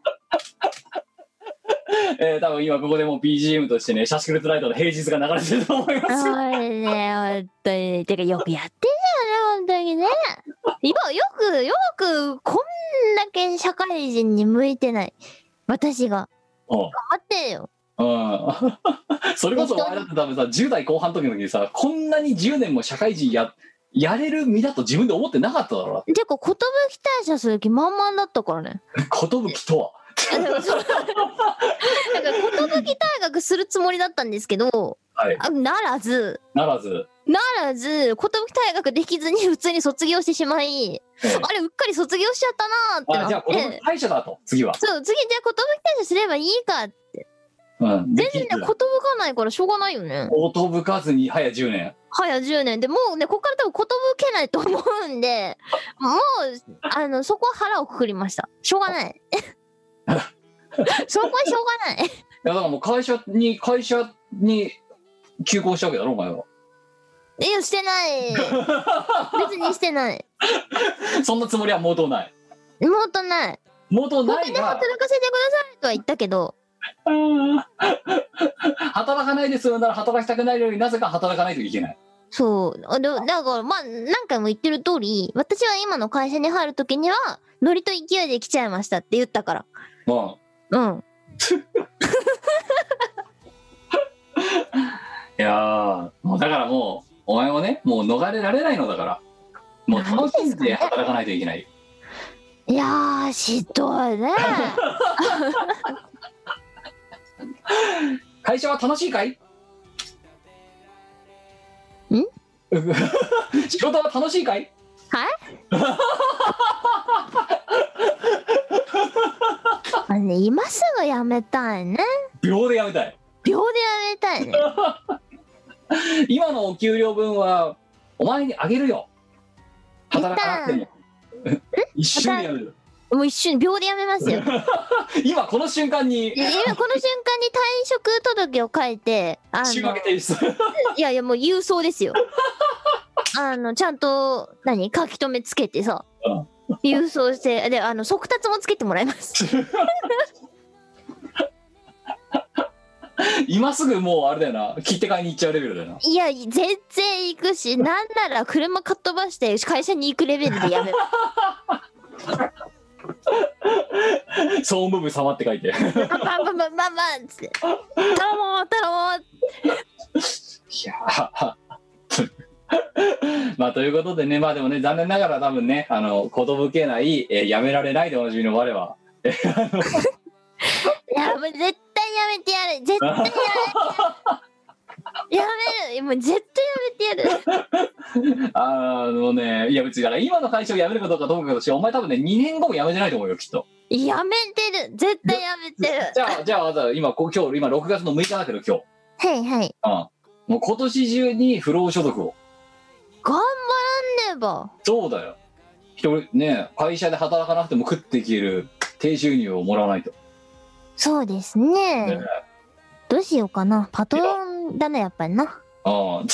えー多分今ここでもう BGM としてねシャシクレットライトの平日が流れてると思 (laughs) いますあれね、本当に。てか、よくやってんだよね、本当にね。今、よく、よく、こんだけ社会人に向いてない。私が。うん頑張ってよ。うん (laughs) それこそお前だって多分さ10代後半の時にさこんなに10年も社会人ややれる身だと自分で思ってなかっただろてか、寿退社する気満々だったからね。うな寿とはあでもそうなんか、寿退学するつもりだったんですけど、はいあならず、ならず、ならず、寿退学できずに普 (laughs) 通に卒業してしまい、ええあれ、うっかり卒業しちゃったなーあってじなゃあっ子供て、会社だと次は、そう、次、じゃあ寿退社すればいいかって、うん、で全然ね、寿かないからしょうがないよね。音ぶかずに早10年早10年で、もうね、ここから多分寿けないと思うんで、もう、あの、そこは腹をくくりました。しょうがない。そこはしょうがない。いやだからもう会社に会社に休校したわけだろお前はいや、してない。別にしてない。 (laughs) そんなつもりは毛頭ないもっとない。毛頭僕ないでもが (laughs) 働かせてくださいとは言ったけど、働かないですよなら働きたくないのになぜか働かないといけないそう。あでだから、まあ、何回も言ってる通り、私は今の会社に入るときには、ノリと勢いで来ちゃいましたって言ったから。うんうん。いやーもうだからもうお前もねもう逃れられないのだからもう楽しんで働かないといけないいやー、しどいね。会社は楽しいかいん (laughs) 仕事は楽しいかいあのね、今すぐ辞めたいね。秒でやめたい秒で辞めた (laughs) いね。今のお給料分はお前にあげるよ働かなくても (laughs) 一瞬でやめるもう一瞬、秒で辞めますよ。今この瞬間にで今この瞬間に退職届を書いて、あ週明のけ、提出いやいや、もう郵送です (laughs) よ。あの、ちゃんと、何書き留めつけてさうん、郵送して、で、あの、速達もつけてもらいます。 (laughs) (laughs) 今すぐもうあれだよな切手買いに行っちゃうレベルだよないや、全然行くし、なんなら車かっ飛ばして会社に行くレベルでやめる。 (laughs) 総務部様って書いて (laughs) いバンバンバンバンバンバンっつって。頼もう、頼もう。やーまあということでねまあでもね残念ながら多分ねあの子供けない、えーやめられないでおなじみの我はいや、もう絶対やめてやる。絶対やめてやる。やめる。もう絶対やめてやる。あのねいや別にだから今の会社を辞めるかどうかどうかとしてお前多分ね2年後も辞めてないと思うよきっとやめてる。絶対やめてる。じゃあ、じゃあ、わざわざ今、こ今日、今、6月の6日だけど、今はいはい。日。うん。もう今年中に不労所得を。頑張らんねば。そうだよ。一人、ね、会社で働かなくても食っていける低収入をもらわないと。そうですねね。どうしようかな。パトロンだね、やっぱりな。うん。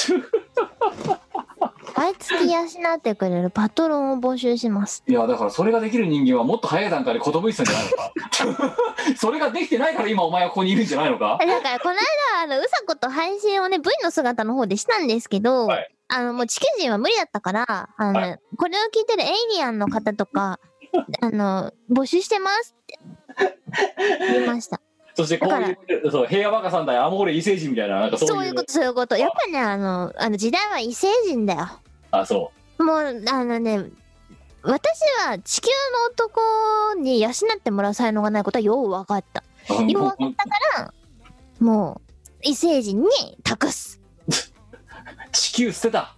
毎月養ってくれるパトロンを募集します。 (laughs) いや、だから、それができる人間はもっと早い段階で寿司さんじゃないのか。 (laughs) それができてないから、今、お前はここにいるんじゃないのか。えだからこの間あのうさこと配信をね V の姿の方でしたんですけど、はいあのもう地球人は無理だったからあの、はこれを聞いてるエイリアンの方と (laughs) かあの募集してますって言いましたそして、こういう、そう、平和バカさんだよ、アモーレ異星人みたいな、なんかそういう。そういうことそういうことやっぱねあのあの時代は異星人だよあ、そもうあのね私は地球の男に養ってもらう才能がないことはよう分かったう。うんよう分かったからもう異星人に託す地球捨てた。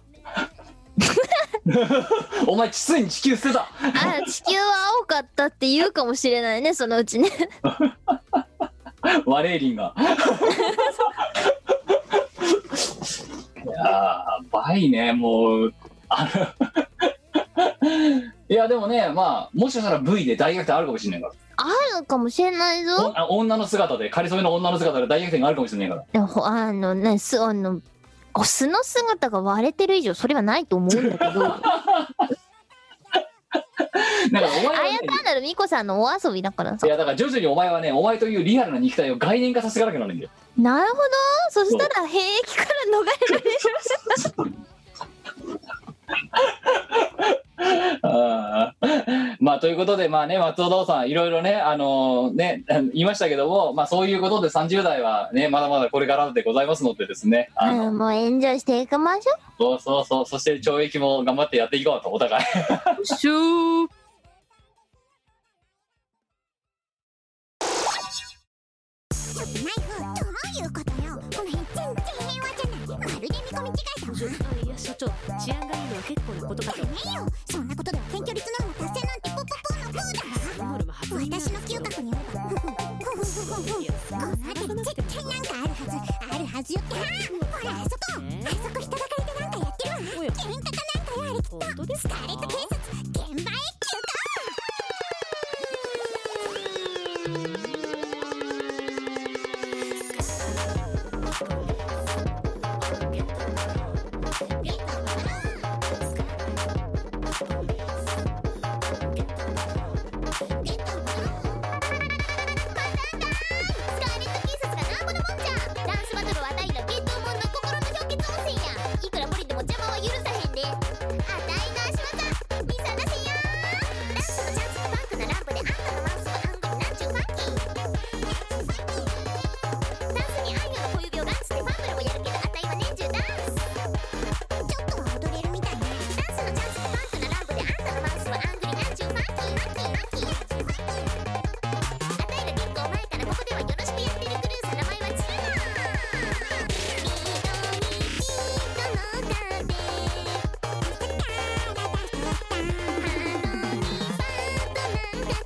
(laughs) お前、ついに地球捨てた。あ地球は青かったって言うかもしれないねそのうちねワレーリンが。いやー、倍ね、もう。あの (laughs) いや、でもね、まあ、もしかしたら V で大逆転あるかもしれないかある (laughs) かもしれないら。ぞおあ女の姿で、仮初めの女の姿で大逆転があるかもしれないから。でもあのねすあのお素の姿が割れてる以上それはないと思うん (laughs) だけどあだから、お前はねやかんなるみこさんのお遊びだからいさや、だから徐々にお前はね、お前というリアルな肉体を概念化させていかなきゃならないんだよ。なるほどそしたら兵役から逃れられるあー (laughs) まあということでまあね松尾道さんいろいろねあのね言いましたけどもまあそういうことで30代はねまだまだこれからでございますのでですねあの、うんもうエンジョイしていきましょそうそうそうそして懲役も頑張ってやっていこうとお互い (laughs) うシューちょっとナイフどういうことよこの辺全然平和じゃ軽い見込み違いだあいや所長治安がいいのは結構なことかとダメよそんなことでは検挙率ノルマ達成なんてポポポのポーだわノルマ発言私の嗅覚によればふふふふふふこの辺り絶対なんかあるはずあるはずよってはあほらあそこあそこ人だかりでなんかやってるおわや喧嘩かなんかやあれきっ本と当ですスカかーレット警察現場へ急行ゲットボロスカーレット警察がなんぼのもんじゃダンスバトルはあたいらゲットモンの心の氷結温泉やいくら無理でも邪魔は許さへんであたいの足技見さらせやダンスのチャンスはバックなランプであんたのマウスの暗号になんちゅうファンキーダンスに愛のの小指をガンしてファンブルもやるけどあたいは年中ダンスちょっとは踊れるみたいねダンスのチャンスとパンクなランプであんたのマウスはアングリなんちゅうファンキーファンキーファンキーファンキーダンスのチャンスとパンクなランプであんたのマウスはアングリなんちゅうファンキーダンスのチャンスとパンクなランプであんたのマウスはアングリなんちゅうファンキーダンスのチャンスとパンクなランプであんたのマウスはアングリなんちゅうファンキーダンスのチャンスとパンクなランプであんたのマウスはアングリなんちゅうファンキーダンスのチャンスとパンクなランプであんたのマウスはアングリなんちゅうファンキーダンスのチャンスとパンクなランプであんたのマウスはアングリなんちゅうファンキーダンスのチャンスとパンクなランプであんたのマウスはアングリなんちゅうファンキーダンスのチャンスとパンクなランプであんたのマウスはアングリなんちゅうファンキーダンスのチャンスとパンクなランプであんたのマあたいら結構前からここではよろしくやってるクルーさ名前はジュナ緑色の風ハロにパートなんか来る緑色の風これがリンクベアに行くあたいら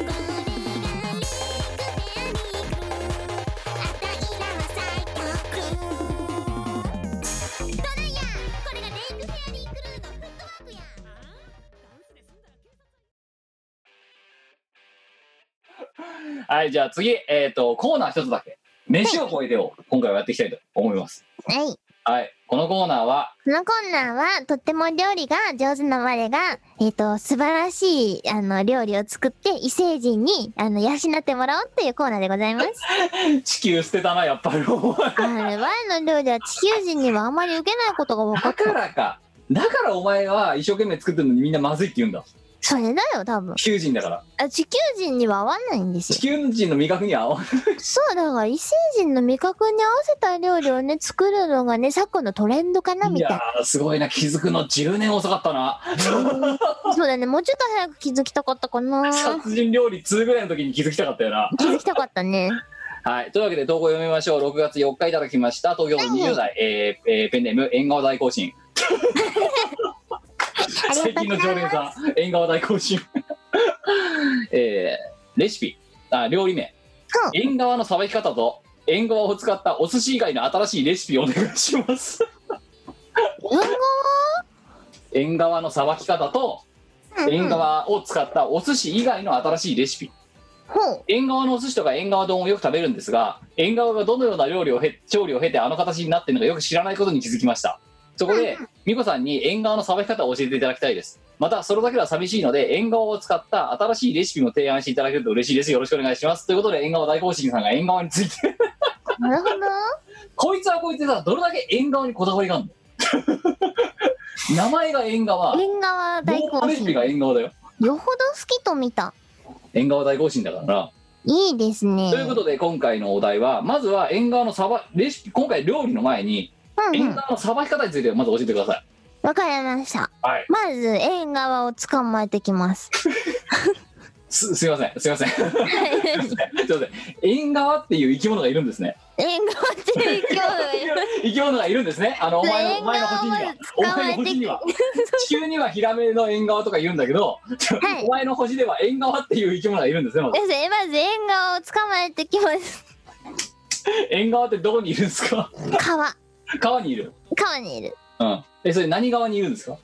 は最強クルーどないやこれがレイクフェアリークルーのフットワークやはい、じゃあ次、えっ、と、コーナー一つだけ。飯を超えてを今回はやっていきたいと思います。はい。はい、このコーナーは、このコーナーは、とっても料理が上手な我が、えっ、と、素晴らしい、あの、料理を作って、異星人に、あの、養ってもらおうというコーナーでございます。地球捨てたな、やっぱり。 (laughs) お前あれ、我の料理は地球人にはあまり受けないことが分かだっからか。だからお前は一生懸命作ってるのにみんなまずいって言うんだ。それだよ、多分。地球人だから。あ地球人には合わないんですよ地。球人の味覚には合わない。そう、だから異星人の味覚に合わせた料理をね、作るのがね、昨今のトレンドかな、みいたいやな。ー、すごいな。気づくの10年遅かったな。そうだね、もうちょっと早く気づきたかったかな。殺人料理2ぐらいの時に気づきたかったよな。気づきたかったね。はい。というわけで、投稿読みましょう。6月4日いただきました。東京都20代、えーえーペンネーム、縁側大行進。ありがとうございます。最近の常連さん、縁側大行進。 (laughs) えーレシピ、あ、料理名はあ。縁側のさばき方と、縁側を使ったお寿司以外の新しいレシピをお願いします。うんご縁側のさばき方と、縁側を使ったお寿司以外の新しいレシピ。ほう。縁側のお寿司とか縁側丼をよく食べるんですが縁側がどのような料理をへ調理を経てあの形になっているのかよく知らないことに気づきましたそこで美子さんに縁側のさばき方を教えていただきたいですまたそれだけでは寂しいので縁側を使った新しいレシピも提案していただけると嬉しいですよろしくお願いしますということで縁側大行進さんが縁側について (laughs) なるほど。こいつはこいつでさどれだけ縁側にこだわりがあ (laughs) るの名前が縁側縁側大どうも根レシピが縁側だよよほど好きと見た。縁側大行進だからないいですね。ということで今回のお題はまずは縁側のさばレシピ今回料理の前にうんう縁ん。側のさばき方についてまず教えてください、わかりました。はいまず、縁側を捕まえてき (laughs) ます。すすいませんすいません (laughs) すいま縁せん縁側っていう生き物がいるんですね側提供生き物がいるんですねあのお前のお前の星にはお縁側をまず捕まえて前の星には地球にはヒラメの縁側とかいるんだけど、はいお前の星では縁側っていう生き物がいるんですねまずですねまず縁側を捕まえてきます。縁側ってどこにいるんですか川。川にいる川にいる。うんえそれ何側にいるんですか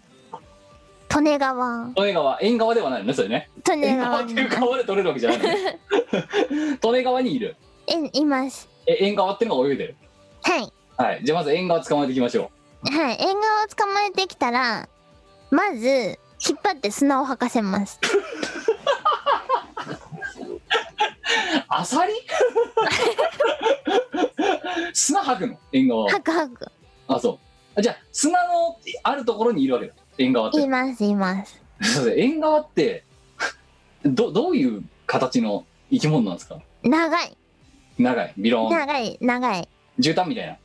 利根川。利根川縁側ではないのねそれね利根縁側川ってにいう川で取れるわけじゃないのね (laughs) 利根川にいるえいます。え縁側っていうのが泳いでるはい。はいじゃあまず縁側捕まえていきましょはい。縁側を捕まえてきたら、まず、引っ張って砂を吐かせます。うアサ (laughs) リ砂吐くの縁側は吐く吐く。あそうあじゃあ砂のあるところにいるわけだ縁側っています、います。すいません縁側ってどどういう形の生き物なんですか長い。長いビローン長い、長い。絨毯みたい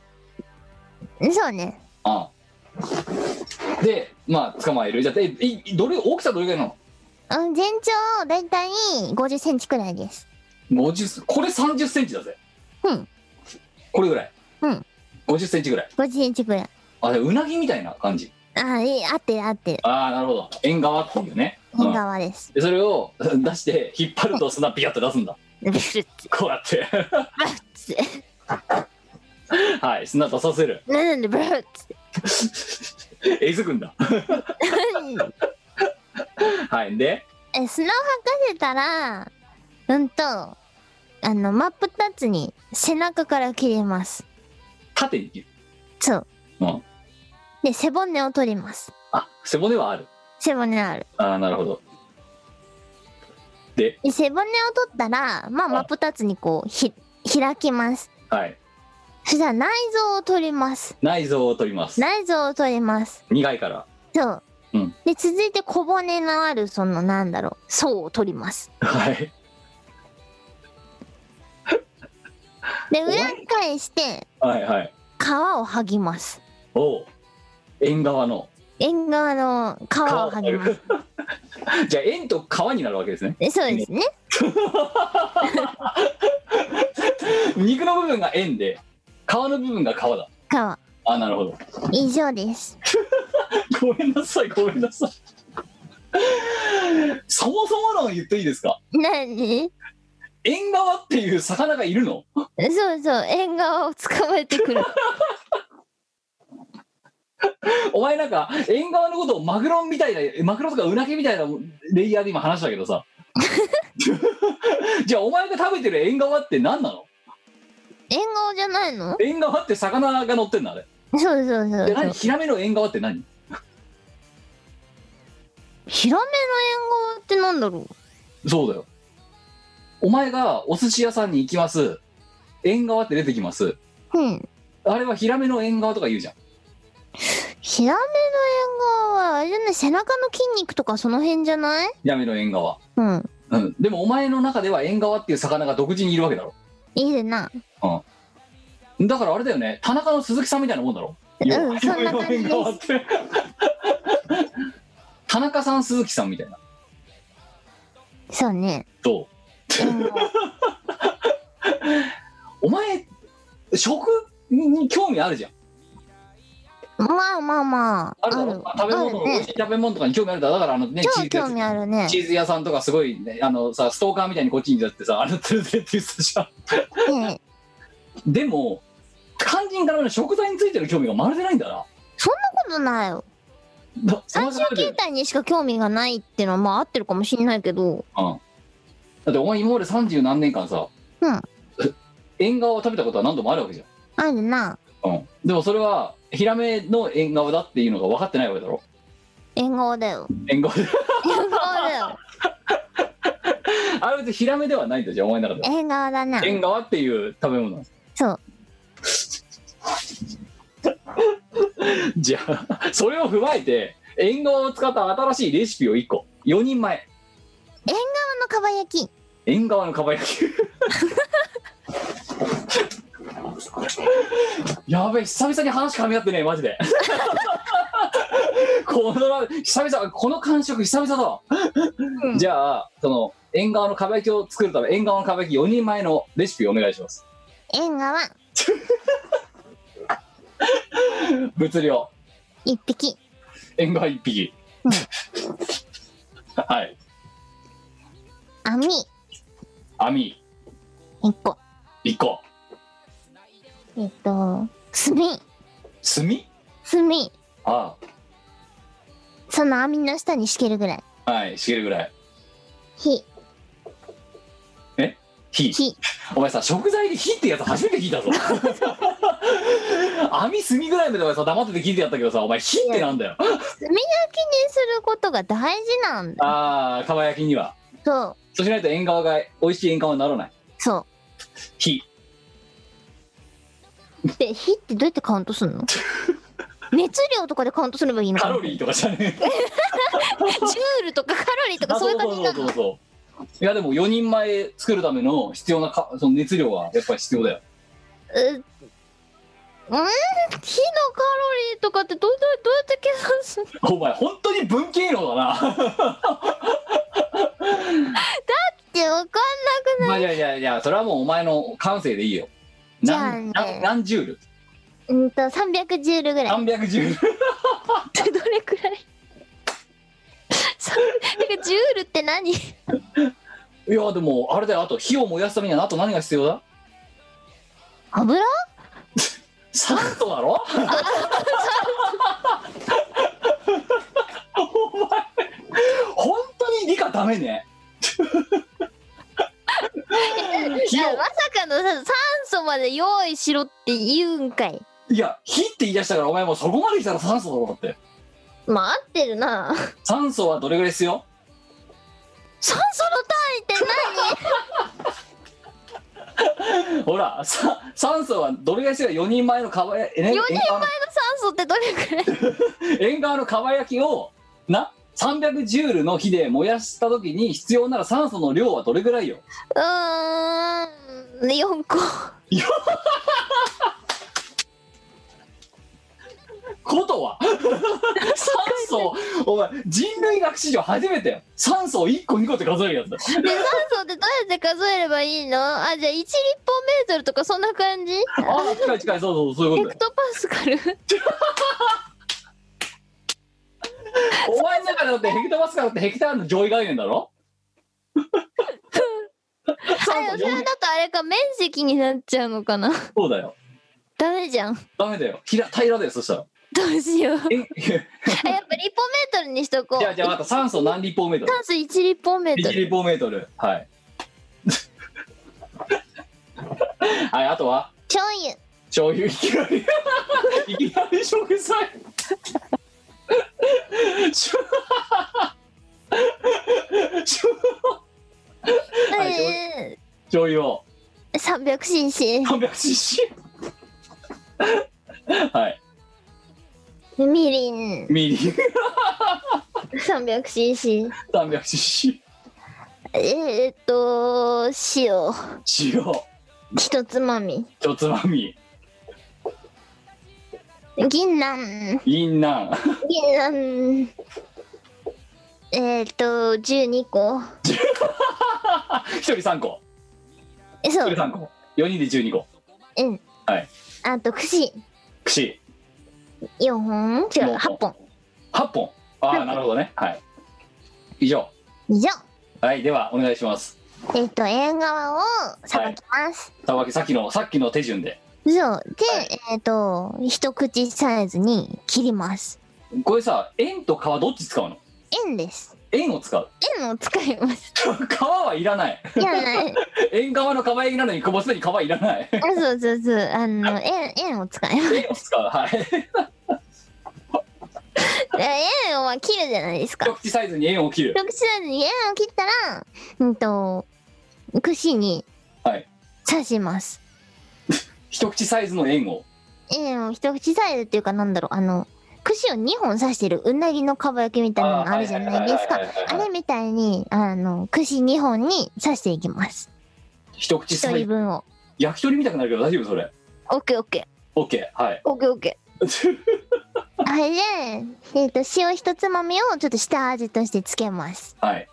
なそうね。ああでまあ捕まえるじゃあでいどれ大きさどれぐらいなのうん、全長、だいたい50センチくらいです。 50これ3 0センチだぜうんこれぐらいうん5 0センチぐらい50センチくらい。あでうなぎみたいな感じああ、いい、合ってる合ってる。ああなるほど縁側っていうね、うん縁側です。でそれを (laughs) 出して引っ張ると砂ピヤッと出すんだ (laughs) ブルッツ、こうやって (laughs) ブルッツ。はい砂出させるなんでブルッツ。えずくんだ (laughs) はいでえ、砂を吐かせたら、うんと、あの、真っ二つに背中から切れます。縦に切るそう。うんで、背骨を取ります。あ背骨はある背骨ある。ああなるほどでで背骨を取ったら、まあ、真っ二つにこう、ひ、開きます。はいそしたら内臓を取ります。内臓を取ります内臓を取ります。苦いから (laughs) そう。うんで、続いて小骨のある、その、なんだろう、層を取ります。はいで、わり裏返して、はいはい皮を剥ぎます。おう縁側の縁側の皮を剥ぎます。じゃあ円と川になるわけですね。えそうですね。肉の部分が円で、皮の部分が川だ。皮。あ、なるほど。以上です。ごめんなさい、ごめんなさい。そもそもの言っていいですか。なに縁側っていう魚がいるの。そうそう、縁側を捕まえて (laughs) くる。お前なんか縁側のことをマグロみたいな、マグロとかウナギみたいなレイヤーで今話したけどさ。 (laughs) じゃあお前が食べてる縁側って何なの縁側じゃないの縁側って魚が乗ってんのあれ。そうそうそうでそ何う。ヒラメの縁側って何ヒラメの縁側ってなんだろそうだよ。お前がお寿司屋さんに行きます。縁側って出てきます。ううん。あれはヒラメの縁側とか言うじゃん。ヒラメの縁側は、あれじゃない背中の筋肉とかその辺じゃないヒラメの縁側。うん。うん。でもお前の中では縁側っていう魚が独自にいるわけだろ。いいでな。だからあれだよね。田中の鈴木さんみたいなもんだろ。うん、そんな感じでヒラメの縁側っす。て田中さん鈴木さんみたいな。そう (laughs) ね。どう縁側お前、食に興味あるじゃん。まあまあまあ。あるだあろる。食べあ物、る美味ねし。い食べ物とかに興味あるだろだからあのね、チー超ズ興味あるね。チーズ屋さんとかすごい、ね、あのさストーカーみたいにこっちにだってさあれ連れてって言ってたじゃねえんでも肝心からの食材についての興味がまるでないんだなことないよ。だそ最の終話だよ形態にしか興味がないっていうのは、まあ合ってるかもしんないけど。うん、だってお前今まで三十何年間さ、うん縁側を食べたことは何度もあるわけじあるな。ゃん、うん、でもそれはヒラメの縁側だっていうのが分かってないわけだろ縁側だよ。縁側で縁側だよ。あれ別にヒラメではないんだじゃんお前の中では縁側だな。縁側っていう食べ物なんですそう。じゃあそれを踏まえて縁側を使った新しいレシピを1個4人前あのかば焼き。縁側のかば焼き (laughs) やべえ久々に話噛み合ってねえマジで (laughs) この久々この感触久々だわ、うんじゃあその縁側のかば焼きを作るため縁側のかば焼き4人前のレシピをお願いします縁側物量一匹。縁側1匹、うん (laughs) はい網網一個。 1個えっと、炭。炭炭。あその網の下に敷けるぐらい。あはいしげるぐらい火。火火。お前さ食材で火ってやつ初めて聞いたぞ網炭ぐらいまでお前さ黙ってて聞いてやったけどさお前火ってなんだよ炭焼きにすることが大事なんだ。ああ蒲焼きにはそう。そうしないと縁側が美味しい縁側にならないそ火う。で、火ってどうやってカウントすん (laughs) の熱量とかでカウントすればいいのカかなロリーとかじゃねえジュールとかカロリーとかそういう感じなそのうそうそういやでも4人前作るための必要なかその熱量はやっぱり必要だよううん火のカロリーとかってどうどうどうやって計算するお前本当に文系のだないやそれはもうお前の感性でいいよ何じゃあね何何ジュールうんと300ジュールぐらい300ジューっルてどれくらいそうてかジュールって何いやでもあれだよあと火を燃やすためにはあと何が必要だ油酸素だろお前本当に理科ダメねいやまさかのさ酸素まで用意しろって言うんかいいや火って言い出したからお前もうそこまで来たら酸素だろだってまあ合ってるな酸素はどれぐらい必要酸素の単位ってほらさ酸素はどれぐらい必要4人前のかばやえね4人前の酸素ってどれくらい縁側のかば焼きをな300ジュールの火で燃やした時に必要なら酸素の量はどれぐらいようーん4個こ (laughs) とは酸素お前人類学史上初めてよ酸素を1個2個って数えるや (laughs) つだで酸素ってどうやって数えればいいのあじゃあ1立方メートルとかそんな感じああ近い近いそうそうそういヘうこクとトパスカルだよお前の中でだってヘクトパスカルってヘクタールの上位概念だろ酸あ素でも (laughs) そ4れだとあれか面積になっちゃうのかなそうだよダメじゃんダメだよ平平らだよそしたらどうしよう (laughs) えじあやっぱ立方メートルにしとこうゃあじゃあまた酸素何立方メートル酸素1立方メート1ル立方メートルはい (laughs) はいあとは醤油醤油いきなり (laughs) いきなり食材しょしょはい醤油え醤油をー 300cc 300cc はいみりんみりん 300cc 300cc えー、っと塩塩一つまみ一つまみ銀杏銀杏銀杏えー、っと12個一人3個えそ一う人3個4人で12個うんはいあと串串4本違う四本8本8本ああなるほどねはい以上以上はいではお願いしますえー、っと縁側をさばきます、さばきさっきのさっきの手順でそうで、えー、っと一口サイズに切りますこれさ円と皮どっち使うの円です円を使う (laughs) 円を使います皮はいらないいやない円側の蒲焼きなのにもうすでに皮いらないあそうそうそうあの円円を使います円を使う (laughs) はいえ円は切るじゃないですか一口サイズに円を切る一口サイズに円を切ったらうんと串にはい刺します、一口サイズの円を円を一口サイズっていうかなんだろうあの串を2本刺してるうなぎのかば焼きみたいなのあるじゃないですかあーはいはいはいはいあはいれみたいにあの串2本に刺していきます一口1サ人イズ分を焼き鳥みたくなるけど大丈夫それオッケーオッケ OK はいーオッケーオッケーあれで、えっと塩一つまみをちょっと下味としてつけますはい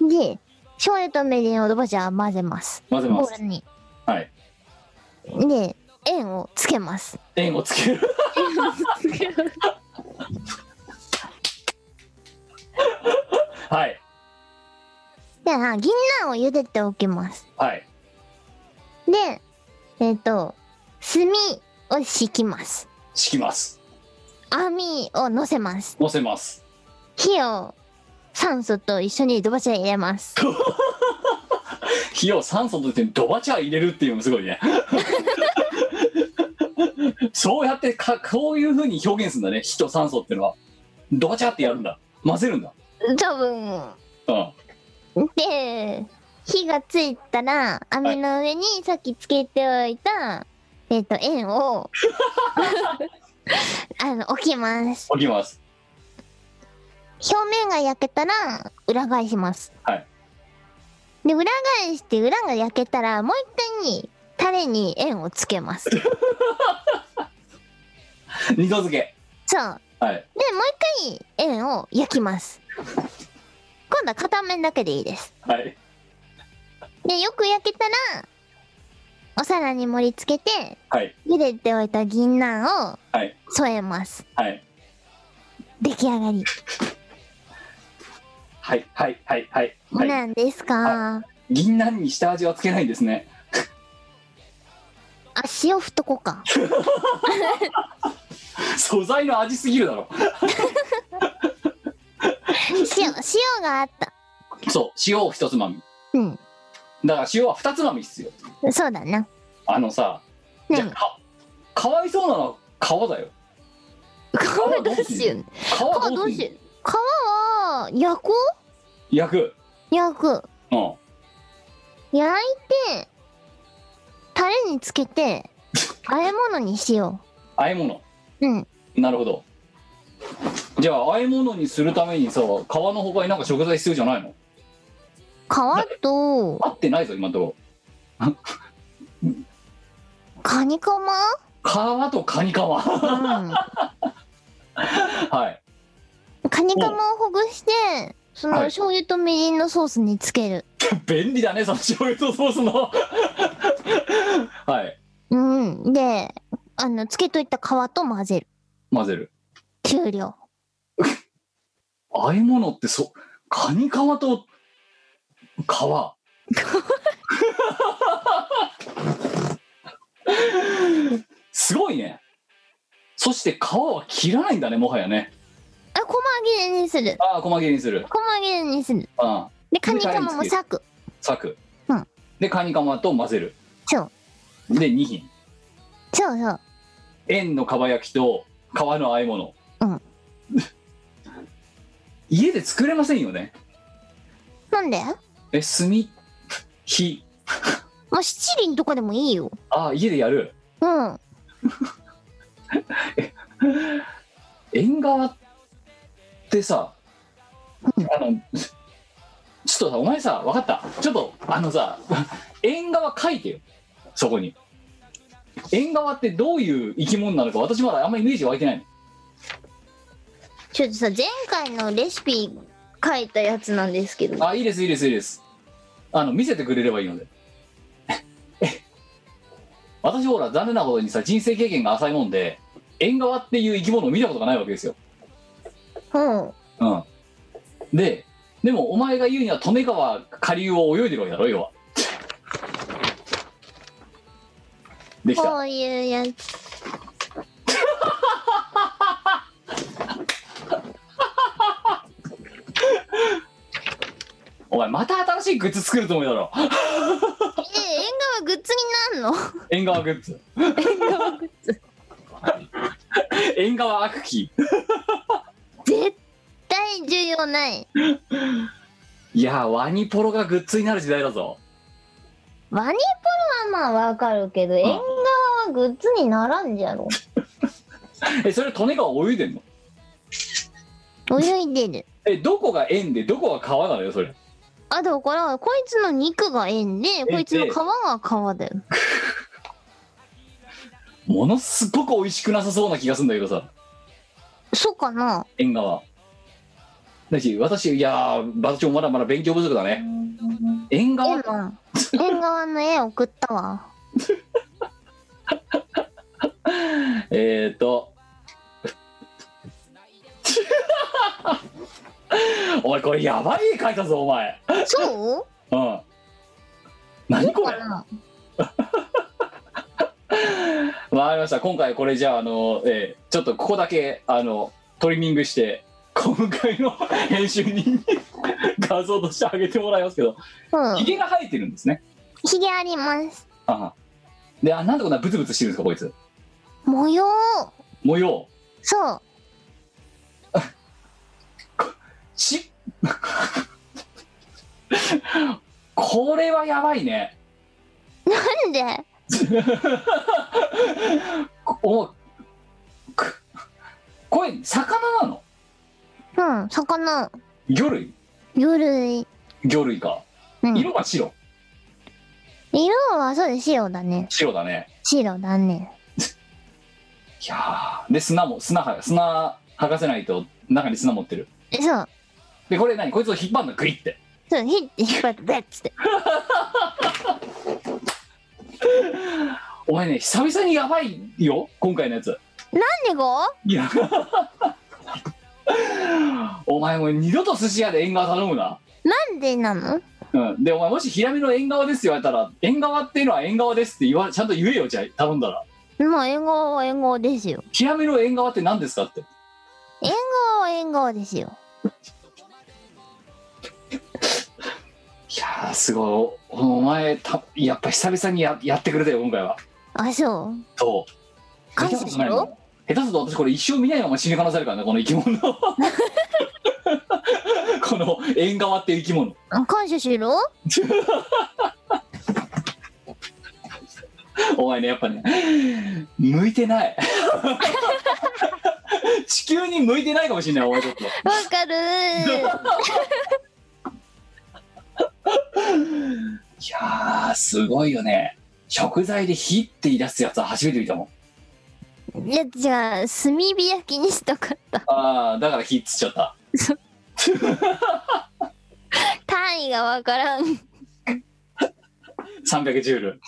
で醤油とみりんをバジャー混ぜます混ぜまボすールに。はいで、円をつけます。円をつける (laughs) はいで、あ銀杏を茹でておきます。はいで、えっ、と、炭を敷きます。敷きます網を乗せます。乗せます火を酸素と一緒にドバチャ入れます。火を酸素としてドバチャ入れるっていうのもすごいね (laughs) そうやってかこういうふうに表現するんだね火と酸素っていうのはドバチャってやるんだ混ぜるんだ多分。うんで、火がついたら、網の上にさっきつけておいた、えっ、と、円 (laughs) を、あの、置きます。置きます表面が焼けたら裏返します。はい。で、裏返して裏が焼けたらもう一回にタレに円をつけ (laughs) ます。そう。で、二度漬けもうはい一回円を焼きます。今度は片面だけでいいです。はいで、よく焼けたら、お皿に盛り付けて、はい茹でておいた銀杏をはい添えます。はい出来上がり。はいはいはいはいはいなんですか、銀杏に下味はつけないんですねあ、塩ふっとこう (laughs) か。素材の味すぎるだろ塩、塩があった。そう塩を一つまみうん。だから塩は二つまみ必要そうだな。あのさじゃあ何かかわいそうなのは皮だよ皮どうしよう。皮皮どどううしすようる。皮は、焼こう焼く焼く。うん焼いて、タレにつけ (laughs) て、和え物にしよ和え物う。うん。なるほどじゃあ和え物にするためにさ皮のほかになんか食材必要じゃないの皮と、合ってないぞ今のとこカニカ (laughs) マろ皮とカニカ (laughs) マカはいニカマをほぐして、そのはい醤油とみりんのソースにつける。便利だねその醤油とソースの (laughs) はいうん。で、あの、つけといた皮と混ぜる。混ぜる終了。和え物ってそカニカマと皮 (laughs) すごいねそして皮は切らないんだねもはやねあ、細切れにする。ああ細切れにする細切れにする。うんで、カニカマも裂く。裂く、うんでカニカマと混ぜるそうで2品そうそう。円のかば焼きと皮の和え物、うん (laughs) 家で作れませんよねなんでえ炭火まあ、七輪とかでもいいよ。ああ家でやるうん。縁側ってさうんあのちょっとさお前さ分かったちょっとあのさ (laughs) 縁側書いてよそこに縁側ってどういう生き物なのか私まだあんまイメージ湧いてないのちょっとさ、前回のレシピ書いたやつなんですけど。あ、いいです、いいです、いいです。あの、見せてくれればいいので。私ほら、残念なことにさ、人生経験が浅いもんで、縁側っていう生き物を見たことがないわけですよ。うん。うん。で、でもお前が言うには、利根川下流を泳いでるわけだろ、要は。できた。こういうやつ。お前、また新しいグッズ作ると思うだろ。え、縁側グッズになんの縁側グッズ。 (laughs) 縁側悪鬼。絶対需要ない。いやー、ワニポロがグッズになる時代だぞ。ワニポロはまあわかるけど、縁側はグッズにならんじ (laughs) ゃろ。え、それ利根川泳いでんの泳いでる。えどこが円でどこが川なのよそれあ、だから、こいつの肉が縁で、こいつの皮が皮だよ。ものすごく美味しくなさそうな気がするんだけどさそうかな縁側だし私いやー私もまだまだ勉強不足だね縁で側も、縁側の絵送ったわ。えー、っと (laughs) お前これやばい絵描いたぞお前そううん何こかれなわかりました今回これじゃああの、えーちょっとここだけあのトリミングして今回の (laughs) 編集に画像としてあげてもらいますけどうひん。げが生えてるんですねひげあります。あはであなんでこんなブツブツしてるんですかこいつ模様模様そう。し (laughs) これはやばいねなんでおくこれ魚なのうん、魚。魚類魚類。魚類かうん。色が白色はそうです、白だね。白だね白だね。いやーで砂も砂は砂剥がせないと中に砂持ってるそう。でこれ何こいつを引っ張るのグイってそう、ひって引っ張って、べっつって。お前ね久々にやばいよ今回のやつ何がいや (laughs) お前もう二度と寿司屋で縁側頼むななんでなのうん、でお前もしヒラメの縁側ですって言われたら縁側っていうのは縁側ですって言わちゃんと言えよじゃあ頼んだらまあ、縁側は縁側ですよ。ヒラメの縁側って何ですかって縁側は縁側ですよ。いやーすごいおお前たやっぱ久々にややってくれたよ今回はあ、そう。そう感謝し下手するとないもんろ下手すると私これ一生見ないまま死にかなされるからねこの生き物 (laughs) この縁側っていう生き物感謝しろお前ねやっぱね向いてない (laughs) 地球に向いてないかもしれないお前ちょっとわかる (laughs) いやーすごいよね食材で火って言い出すやつは初めて見たもんー。いや、じゃあ、炭火焼きにしたかった。ああだから火っつっちゃった単位がわからん。 300ジュール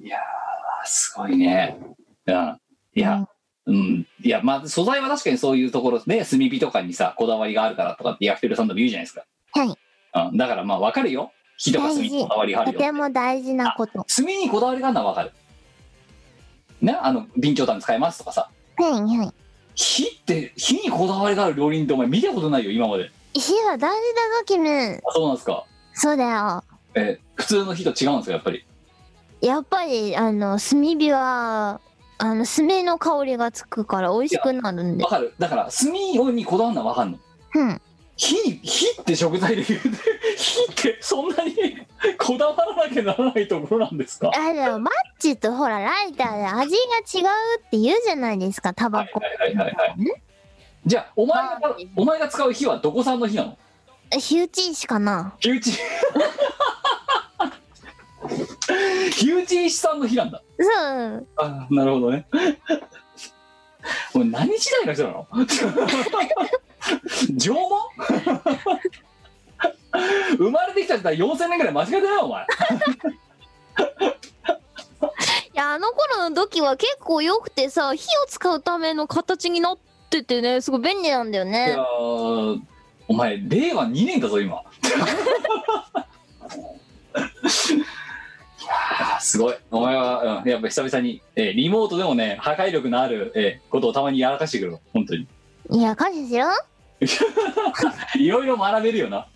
いやーすごいねうんいやうんいやまあ素材は確かにそういうところで炭火とかにさこだわりがあるからとかって焼き鳥屋さんでも言うじゃないですかはいうん、だからまあわかるよ火とか炭にこだわりがあとるよても大事なこと。炭にこだわりがあるのはわかるねあの備長炭使いますとかさはいは火って火にこだわりがある料理人ってお前見たことないよ今までい。火は大事だぞ、キム。あそうなんですかそうだよ。え普通の火と違うんですかやっぱりやっぱり、あの、炭火は、あの、炭の香りがつくから美味しくなるんでわ。かるだから炭にこだわるのはわかんのうん。火火って食材で言うて火ってそんなにこだわらなきゃならないところなんですかはあでもマッチとほらライターで味が違うって言うじゃないですかタバいコはいはいはいはいじゃあお前がお前が使う火はどこ産の火なの火打ち石かな火打ち火打ち石産の火なんだそうあなるほどね。もう何時代の人なの (laughs) 縄文生まれてきた時代4000年ぐらい間違えてないよお前いやあの頃の土器は結構良くてさ火を使うための形になっててねすごい便利なんだよいねやーお前令和2年だぞ今 (laughs) いやーすごいお前は、うんやっぱ久々に、えーリモートでもね破壊力のある、えーことをたまにやらかしてくるの本当にいや感謝しろいろいろ学べるよな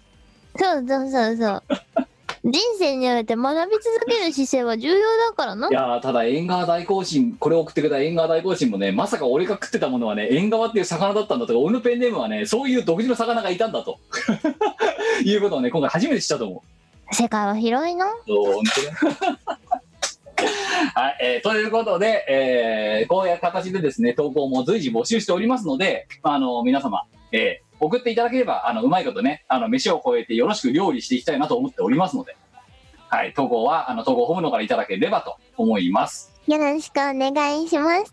そうそうそう (laughs) そう人生において学び続ける姿勢は重要だからないやーただ縁側大行進これを送ってくれた縁側大行進もねまさか俺が食ってたものはね縁側っていう魚だったんだとか俺のペンネームはねそういう独自の魚がいたんだと (laughs) いうことをね今回初めて知ったと思う世界は広いなそう本当ね (laughs) はい、えーということで、えーこういう形でですね投稿も随時募集しておりますのであの皆様、えー送っていただければあのうまいことねあの飯を超えてよろしく料理していきたいなと思っておりますので、はい、投稿はあの投稿ホームの方からいただければと思いますよろしくお願いします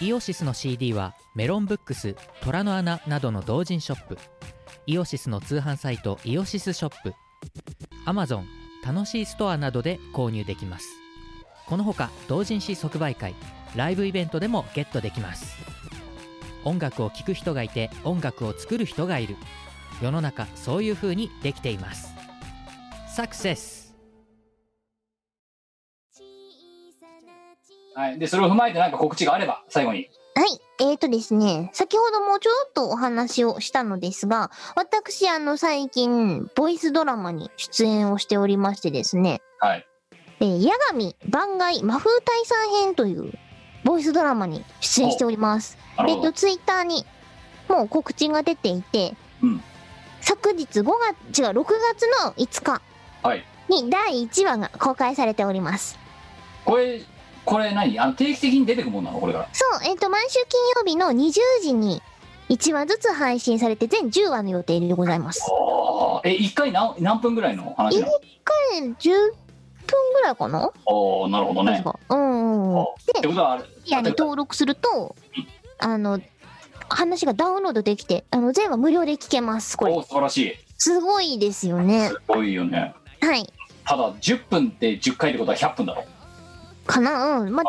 イオシスの CD はメロンブックス、虎の穴などの同人ショップイオシスの通販サイトイオシスショップ Amazon、楽しいストアなどで購入できますこのほか同人誌即売会、ライブイベントでもゲットできます音楽を聴く人がいて音楽を作る人がいる世の中そういう風にできていますサクセスはい、でそれを踏まえてなんか告知があれば最後にはい。えーとですね、先ほどもちょろっとお話をしたのですが、私、あの、最近、ボイスドラマに出演をしておりましてですね、はいえー、矢神番外魔風退散編という、ボイスドラマに出演しております。なえるっほと、どツイッターに、もう告知が出ていて、うん昨日5月、違う、6月の5日はいに第1話が公開されております。これこれ何あの定期的に出てくもんなのこれからそう、えっ、と、毎週金曜日の20時に1話ずつ配信されて、全10話の予定でございます。おーえ一回何何分ぐらいの話なの1回10分ぐらいかなおーなるほどね確か。うんうんうん。ってことはあれいやに登録すると、あの、話がダウンロードできて、あの、全話無料で聞けます、これ。おー素晴らしいすごいですよねす。ごいよねはい。ただ10分って10回ってことは100分だろかなうん。まあ、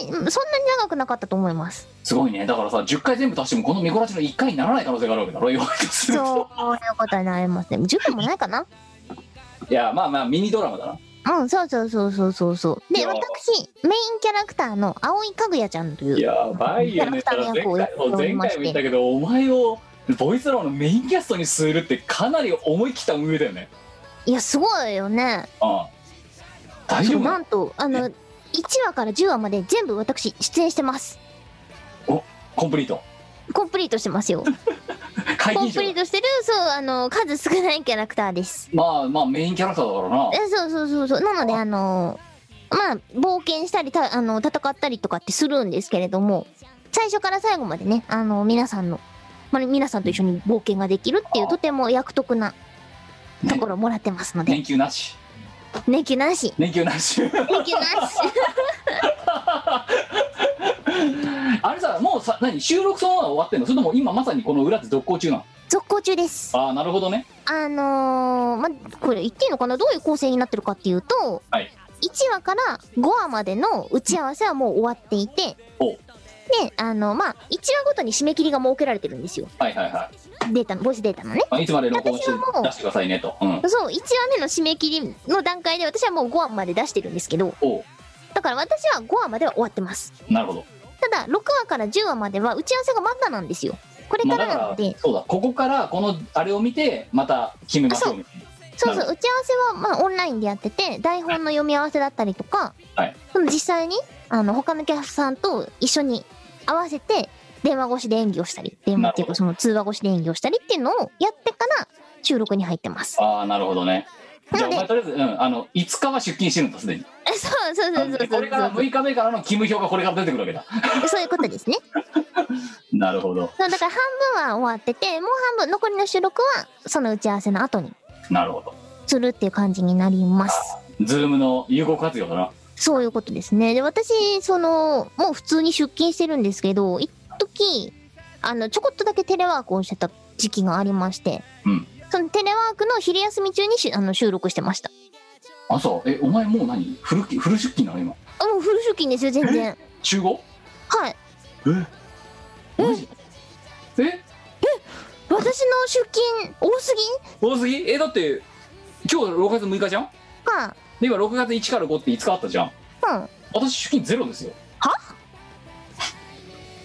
大体、うんそんなに長くなかったと思います。すごいねだからさ10回全部足してもこの見殺しの1回にならない可能性があるわけだろ言われてするそうということになりますね。10分もないかないやまあまあミニドラマだなうん、そうそうそうそうそうそう。いで、や私、メインキャラクターの葵かぐやちゃんという。やばいよねキたャラだクタ前ーの役をや回っておもり前ま回しても言ったけどお前をボイスドラマのメインキャストにするってかなり思い切った上だよねいや、すごいよね。ああ大丈そう夫ななんと、あの、1話から10話まで全部私、出演してます。コンプリートコンプリートしてますよ。解コ禁ンプリー賞トしてる、そう、あの、数少ないキャラクターです。まあまあメインキャラクターだからなえそうそうそうそう。なので、あの、まあ、冒険したり、たあの戦ったりとかってするんですけれども、最初から最後までね、あの、皆さんの、まあ、皆さんと一緒に冒険ができるっていう、とても役得なところをもらってますので、年休なし年休なし。年休なし (laughs) 年休なし。あれさもうさ何収録そのまま終わってんのそれとも今まさにこの裏で続行中なの続行中です。ああなるほどねあのー、まあ、これ言っていいのかなどういう構成になってるかっていうと、はい1話から5話までの打ち合わせはもう終わっていて、おで、あの、まあ、1話ごとに締め切りが設けられてるんですよ。はいはいはいデータの、ボイスデータのね。まあいつまで録音して私はもう出してくださいねとうんそう、1話目の締め切りの段階で私はもう5話まで出してるんですけど、おうだから私は5話までは終わってます。なるほどただ、6話から10話までは打ち合わせがまだなんですよ。これまかあだらかなのらで、そうだここからこのあれを見てまた決めましょうみたいなそうなそるう打ち合わせはまあオンラインでやってて台本の読み合わせだったりとか、はいその実際にあの他のキャストさんと一緒に合わせて電話越しで演技をしたり電話っていうかなるほどその通話越しで演技をしたりっていうのをやってから収録に入ってます。ああなるほどねじゃあおな前のとりあえず、うん、あの5日は出勤してるんだすでにで (laughs) そうそうそうそうこれからそ6日目からの勤務表がこれから出てくるわけだうそういうことですね。なるほどそうだから半分は終わっててもう半分残りの収録はその打ち合わせの後になるほどするっていう感じになります。ズームの有効活用だなそういうことですね。で、私、その、もう普通に出勤してるんですけど、一時あの、ちょこっとだけテレワークをしてた時期がありまして、うんそのテレワークの昼休み中にしあの収録してました。あそうえお前もう何フルきフル出勤なの今あ、もうフル出勤ですよ、全然。中5はい。えマジえ私の出勤多すぎ多すぎえだって今日6月6日じゃんか。で今6月1から5って5日あったじゃんうん。私出勤ゼロですよ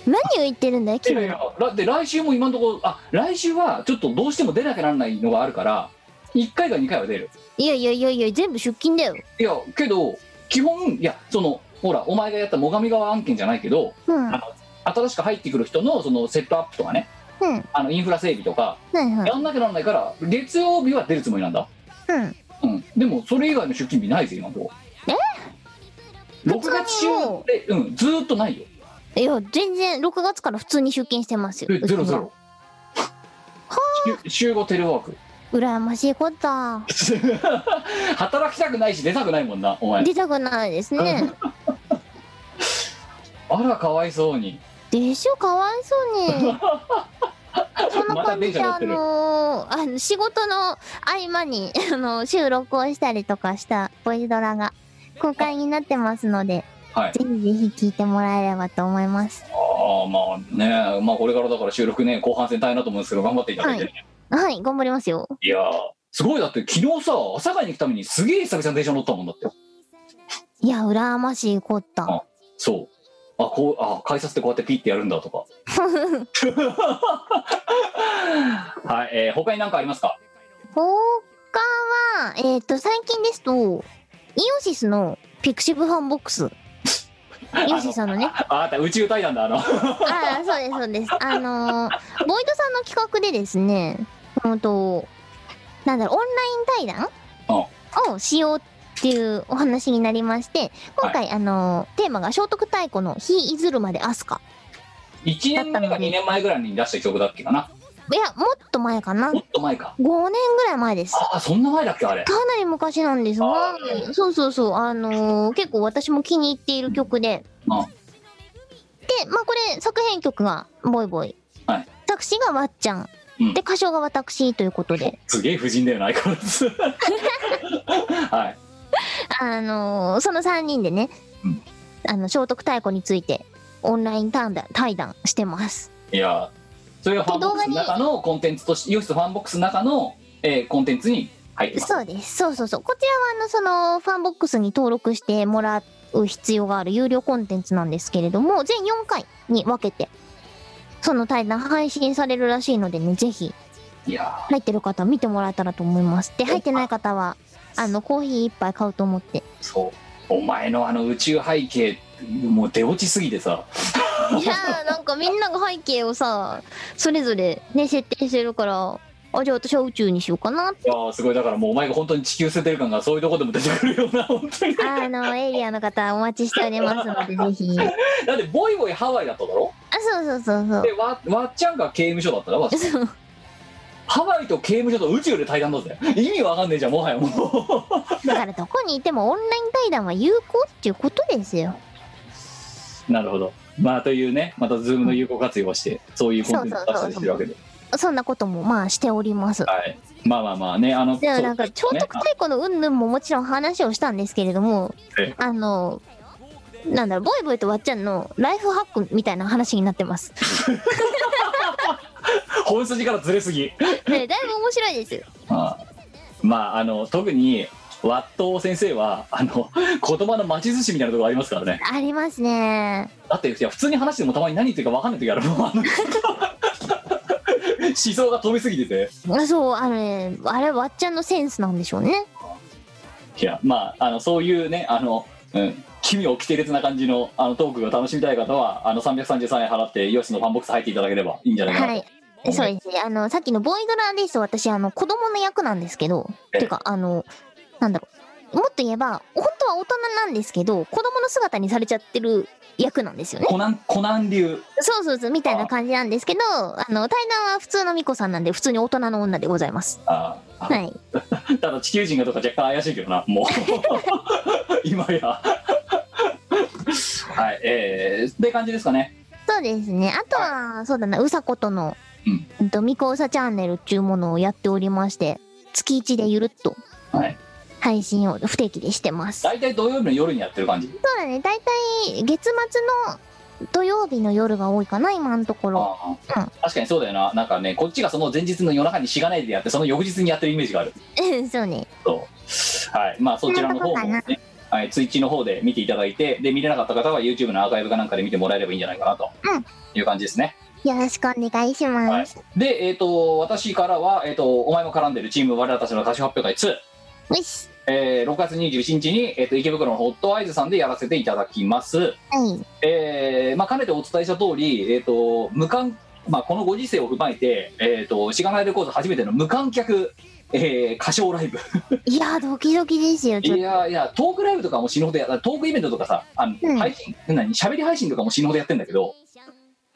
何を言ってるんだよ、い君やいやらで来週も今のところあ来週はちょっとどうしても出なきゃならないのがあるから1回か2回は出るいやいやいやいや、全部出勤だよ。いやけど基本いやそのほらお前がやった最上川案件じゃないけどうん。あ新しく入ってくる人のそのセットアップとかねうん。はいあのインフラ整備とかはい。やんなきゃならないから月曜日は出るつもりなんだうん。うんでもそれ以外の出勤日ないぜ今のとこえ6月中でうんずーっとないよいや、全然、6月から普通に出勤してますよ。えゼロうちゼはロ週週5テレワーク羨ましいことだ。 (laughs) 働きたくないし出たくないもんなお前出たくないですね。あらかわいそうにでしょかわいそうに (laughs) そんな感じで、また電車乗っあてるのーあの仕事の合間に (laughs) あの収録をしたりとかしたボイスドラが公開になってますのではいぜひぜひ聞いてもらえればと思いますああまあねまあこれからだから収録ね後半戦大変だと思うんですけど頑張っていただいて、ねはい頑張りますよい、やーすごいだって昨日さ阿佐ヶ谷に行くためにすげえ久々に電車乗ったもんだっていや羨ましいこったあそうあこうあ改札ってこうやってピッてやるんだとかはい、えー、他に何かありますか他はえっ、と最近ですとイオシスのピクシブファンボック (laughs) スイオシスさんのねああった宇宙対談だあのああそうですそうですあのーボイドさんの企画でですねうんと、なんだろう、オンライン対談をしようっていうお話になりまして、今回、あの、テーマが聖徳太鼓の日いずるまでアスカ。 1年前か2年前ぐらいに出した曲だっけかないや、もっと前かな。5もっと前か年ぐらい前です。ああそんな前だっけあれかなり昔なんですがあ、そうそうそう、あのー結構私も気に入っている曲で、で、あまあこれ作編曲がボイボイ、はい作詞がわっちゃん、うんで歌唱が私ということで、すげえ婦人だよな相変わらずはいあのーその3人でね、うんあの聖徳太鼓についてオンライン対談対談してます。いやーそれがファンボックスの中のコンテンツとしてイオシスファンボックスの中の、えーコンテンツに入ってますそうです、そうそうそう、こちらはあのそのファンボックスに登録してもらう必要がある有料コンテンツなんですけれども、全4回に分けて。その対談配信されるらしいのでね、ぜひいや入ってる方見てもらえたらと思います。で、入ってない方は、あの、コーヒー一杯買うと思って。ーそうお前のあの宇宙背景もう出落ちすぎてさいやー、なんかみんなが背景をさ、それぞれね、設定してるから、あ、じゃあ私は宇宙にしようかな。いやーすごいだからもうお前が本当に地球捨ててる感がそういうとこでも出てくるような本 (laughs) 当にあの、エイリアンの方お待ちしておりますので、ぜひ。あ、だってボイボイハワイだっただろそうそうそう (laughs) そう。でわわっちゃんが刑務所だったらわっちゃんそうハワイと刑務所と宇宙で対談だぜ意味わかんねえじゃんもはやもうだからどこにいてもオンライン対談は有効っていうことですよ。なるほどまあというねまたズームの有効活用をしてそういうコンテンツを出したりしてるわけでそんなこともまあしております。はいまあまあまあねあのでもそうなんか聖ね徳太鼓の云々ももちろん話をしたんですけれどもええ、あの、なんだろう、ボイボイとわっちゃんのライフハックみたいな話になって (laughs) ます。あ本筋からずれすぎね、だいぶ面白いです。ああまああの特にワット先生はあの言葉の待ち寿司みたいなところありますからねありますね。だっていや普通に話してもたまに何言ってるか分かんない時あるもんあの (laughs) 思想が飛びすぎててそう、あのね、あれわっちゃんのセンスなんでしょうね。いやまああのそういうねあの、うん、奇妙奇烈な感じのあのトークが楽しみたい方はあの333円払ってヨシのファンボックス入っていただければいいんじゃないかなと、はい。そうですね。あの、さっきのボイドラですと私、あの、子供の役なんですけど、ええてか、あの、なんだろう。もっと言えば、本当は大人なんですけど、子供の姿にされちゃってる役なんですよね。コナンコナン流そうそうそう、みたいな感じなんですけど、あの、対談は普通のミコさんなんで、普通に大人の女でございます。ああはい。ただ地球人がとか若干怪しいけどなもう (laughs) 今やはいえー、って感じですかねそうですね。あとは、そうだな、うさことのうん、うんと、ミコうさチャンネルっていうものをやっておりまして、月1でゆるっとはい配信を不定期でしてます。大体土曜日の夜にやってる感じそうだね、大体月末の土曜日の夜が多いかな、今のところ。あうあん確かにそうだよななんかねこっちがその前日の夜中にしがないでやってその翌日にやってるイメージがあるうん (laughs) そうね。そうはいまあそちらの方もねはい、ツイッチの方で見ていただいてで見れなかった方は YouTube のアーカイブかなんかで見てもらえればいいんじゃないかなとうんいう感じですね、よろしくお願いしはまいす。、で、えー、と私からは、えー、とお前も絡んでるチーム我らたちの歌手発表会2よし。えー6月21日に、えー、と池袋のホットアイズさんでやらせていただきます。はい。えーまあ、かねてお伝えした通り、えー、と無観まあ、このご時世を踏まえて、えー、とシガナイレコード初めての無観客、えー歌唱ライブいやー、ドキドキですよ、いちょっと。やいやトークライブとかも死ぬほどやトークイベントとかさあの、うん配信何喋り配信とかも死ぬほどやってんだけど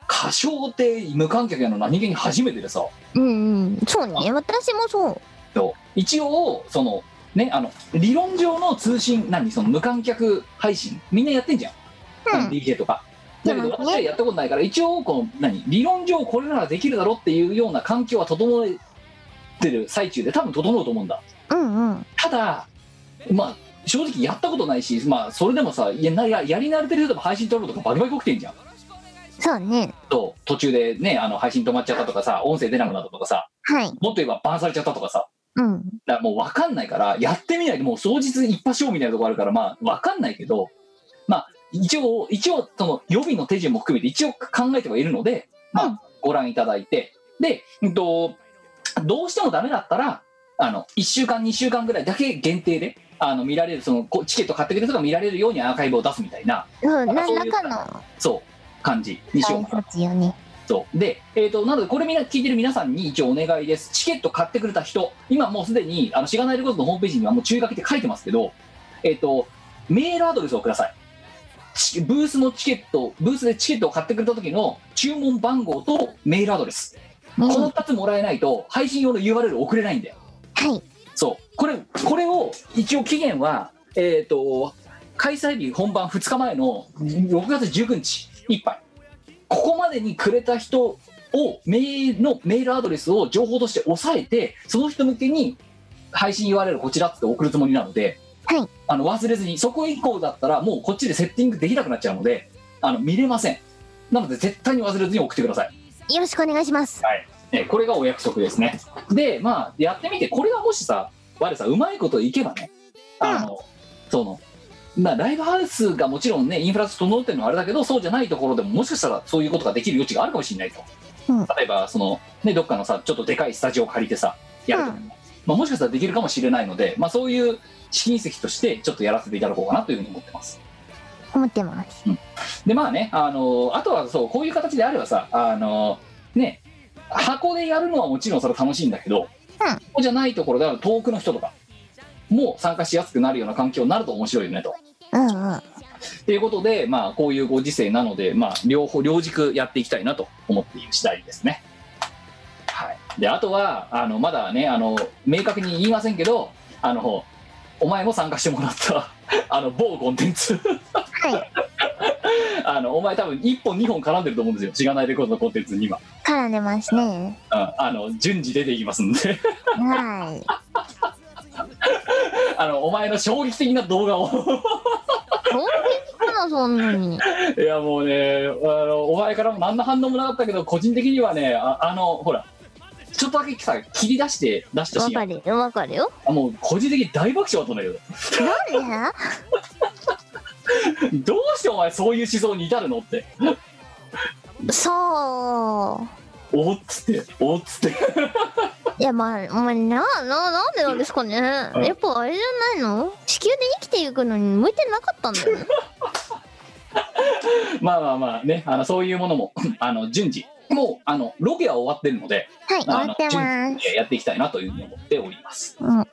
歌唱って無観客やの何気に初めてでさうんうん。そうね。私もそう。と一応そのねあの理論上の通信何その無観客配信みんなやってんじゃんうん DJ とか。でだもけねど私はやったことないから一応この何理論上これならできるだろっていうような環境は整えてる最中で多分整うと思うんだうんうん。ただまあ正直やったことないしまあそれでもさいやなややり慣れてる人でも配信撮るとかバリバリこきてんじゃんそうね。と途中でねあの配信止まっちゃったとかさ音声出なくなったとかさはい。もっと言えばバンされちゃったとかさうん。だからもう分かんないからやってみないともう当日一発勝負みたいなとこあるからまあ分かんないけどまあ一応一応その予備の手順も含めて一応考えてはいるのでまうんあご覧いただいてで、うんと、どうしてもダメだったらあの1週間2週間ぐらいだけ限定であの見られるそのこチケット買ってくれる人が見られるようにアーカイブを出すみたいなそう、まあ何そういらうかのそう感じにしよ対うかな策よね。そうで、えー、となのでこれみんな聞いてる皆さんに一応お願いですチケット買ってくれた人今もうすでにあのしがないレコードのホームページにはもう注意書きって書いてますけど、えー、とメールアドレスをくださいチブースのチケットブースでチケットを買ってくれた時の注文番号とメールアドレスこの2つもらえないと配信用の URL 送れないんだよはいそうこれこれを一応期限はえっ、と開催日本番2日前の6月19日いっぱいここまでにくれた人をメールのメールアドレスを情報として押さえてその人向けに配信 URL こちらっつって送るつもりなので、はいあの忘れずにそこ以降だったらもうこっちでセッティングできなくなっちゃうのであの見れませんなので絶対に忘れずに送ってくださいよろしくお願いしますえーこれがお約束ですねでまあやってみてこれがもしさ我さうまいこといけばねあの、そのまあライブハウスがもちろんねインフラ整ってるのはあれだけどそうじゃないところでももしかしたらそういうことができる余地があるかもしれないと、うん例えばそのねどっかのさちょっとでかいスタジオを借りてさやるとか、まあ、もしかしたらできるかもしれないので、まあ、そういう試金石としてちょっとやらせていただこうかなというふうに思ってます思ってますでまあねあのあとはそうこういう形であればさあのね箱でやるのはもちろんそれ楽しいんだけど、うんここじゃないところだから遠くの人とかも参加しやすくなるような環境になると面白いよねと。うんうんということで、まあ、こういうご時世なので、まあ、両方両軸やっていきたいなと思っている次第ですね。はい、であとはあのまだねあの明確に言いませんけどあのお前も参加してもらったあの某コンテンツはい (laughs) あのお前多分1本2本絡んでると思うんですよしがないレコードのコンテンツに今、うん、絡んでますねあの順次出ていきますんで (laughs) はいあのお前の衝撃的な動画を (laughs) どうでかなそんなにいやもうねあのお前からも何の反応もなかったけど個人的にはねああのほらちょっとだけさ切り出して出したわシーかンるよわかるよあもう個人的に大爆笑だったんだけどなんで (laughs) どうしてお前そういう思想に至るのって (laughs) そおっつっておっつって (laughs) ういやまあまあなななんでなんですかねやっぱあれじゃないの地球で生きていくのに向いてなかったんだ (laughs) よねまあまあまあねあのそういうものもあの順次もうあのロケは終わってるのではい終あわのってま順す次やっていきたいなというふうに思っております。うん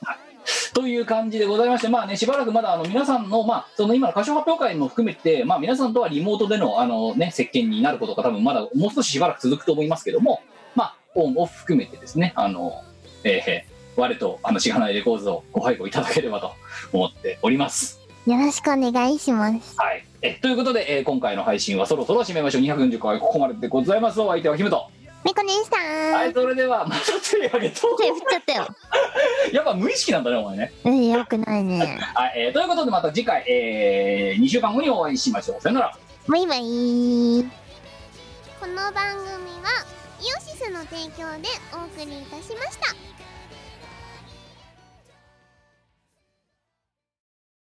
という感じでございまして、まあね、しばらくまだあの皆さんの、まあ、その今の歌唱発表会も含めて、まあ、皆さんとはリモートでのあの、ね、接見になることが多分まだもう少ししばらく続くと思いますけども、まあ、オンオフ含めてですね、あのえー、我とあのしがないレコーズをご配合いただければと思っております。よろしくお願いしますはい、えということで、えー今回の配信はそろそろ締めましょう240回ここまででございますお相手はキムと、みこでしたはいそれではまた手挙げと手振っちゃったよやっぱ無意識なんだねお前ねうんよくないねはい、えーということでまた次回、え2週間後にお会いしましょう。さよなら。バイバイこの番組はイオシスの提供でお送りいたしました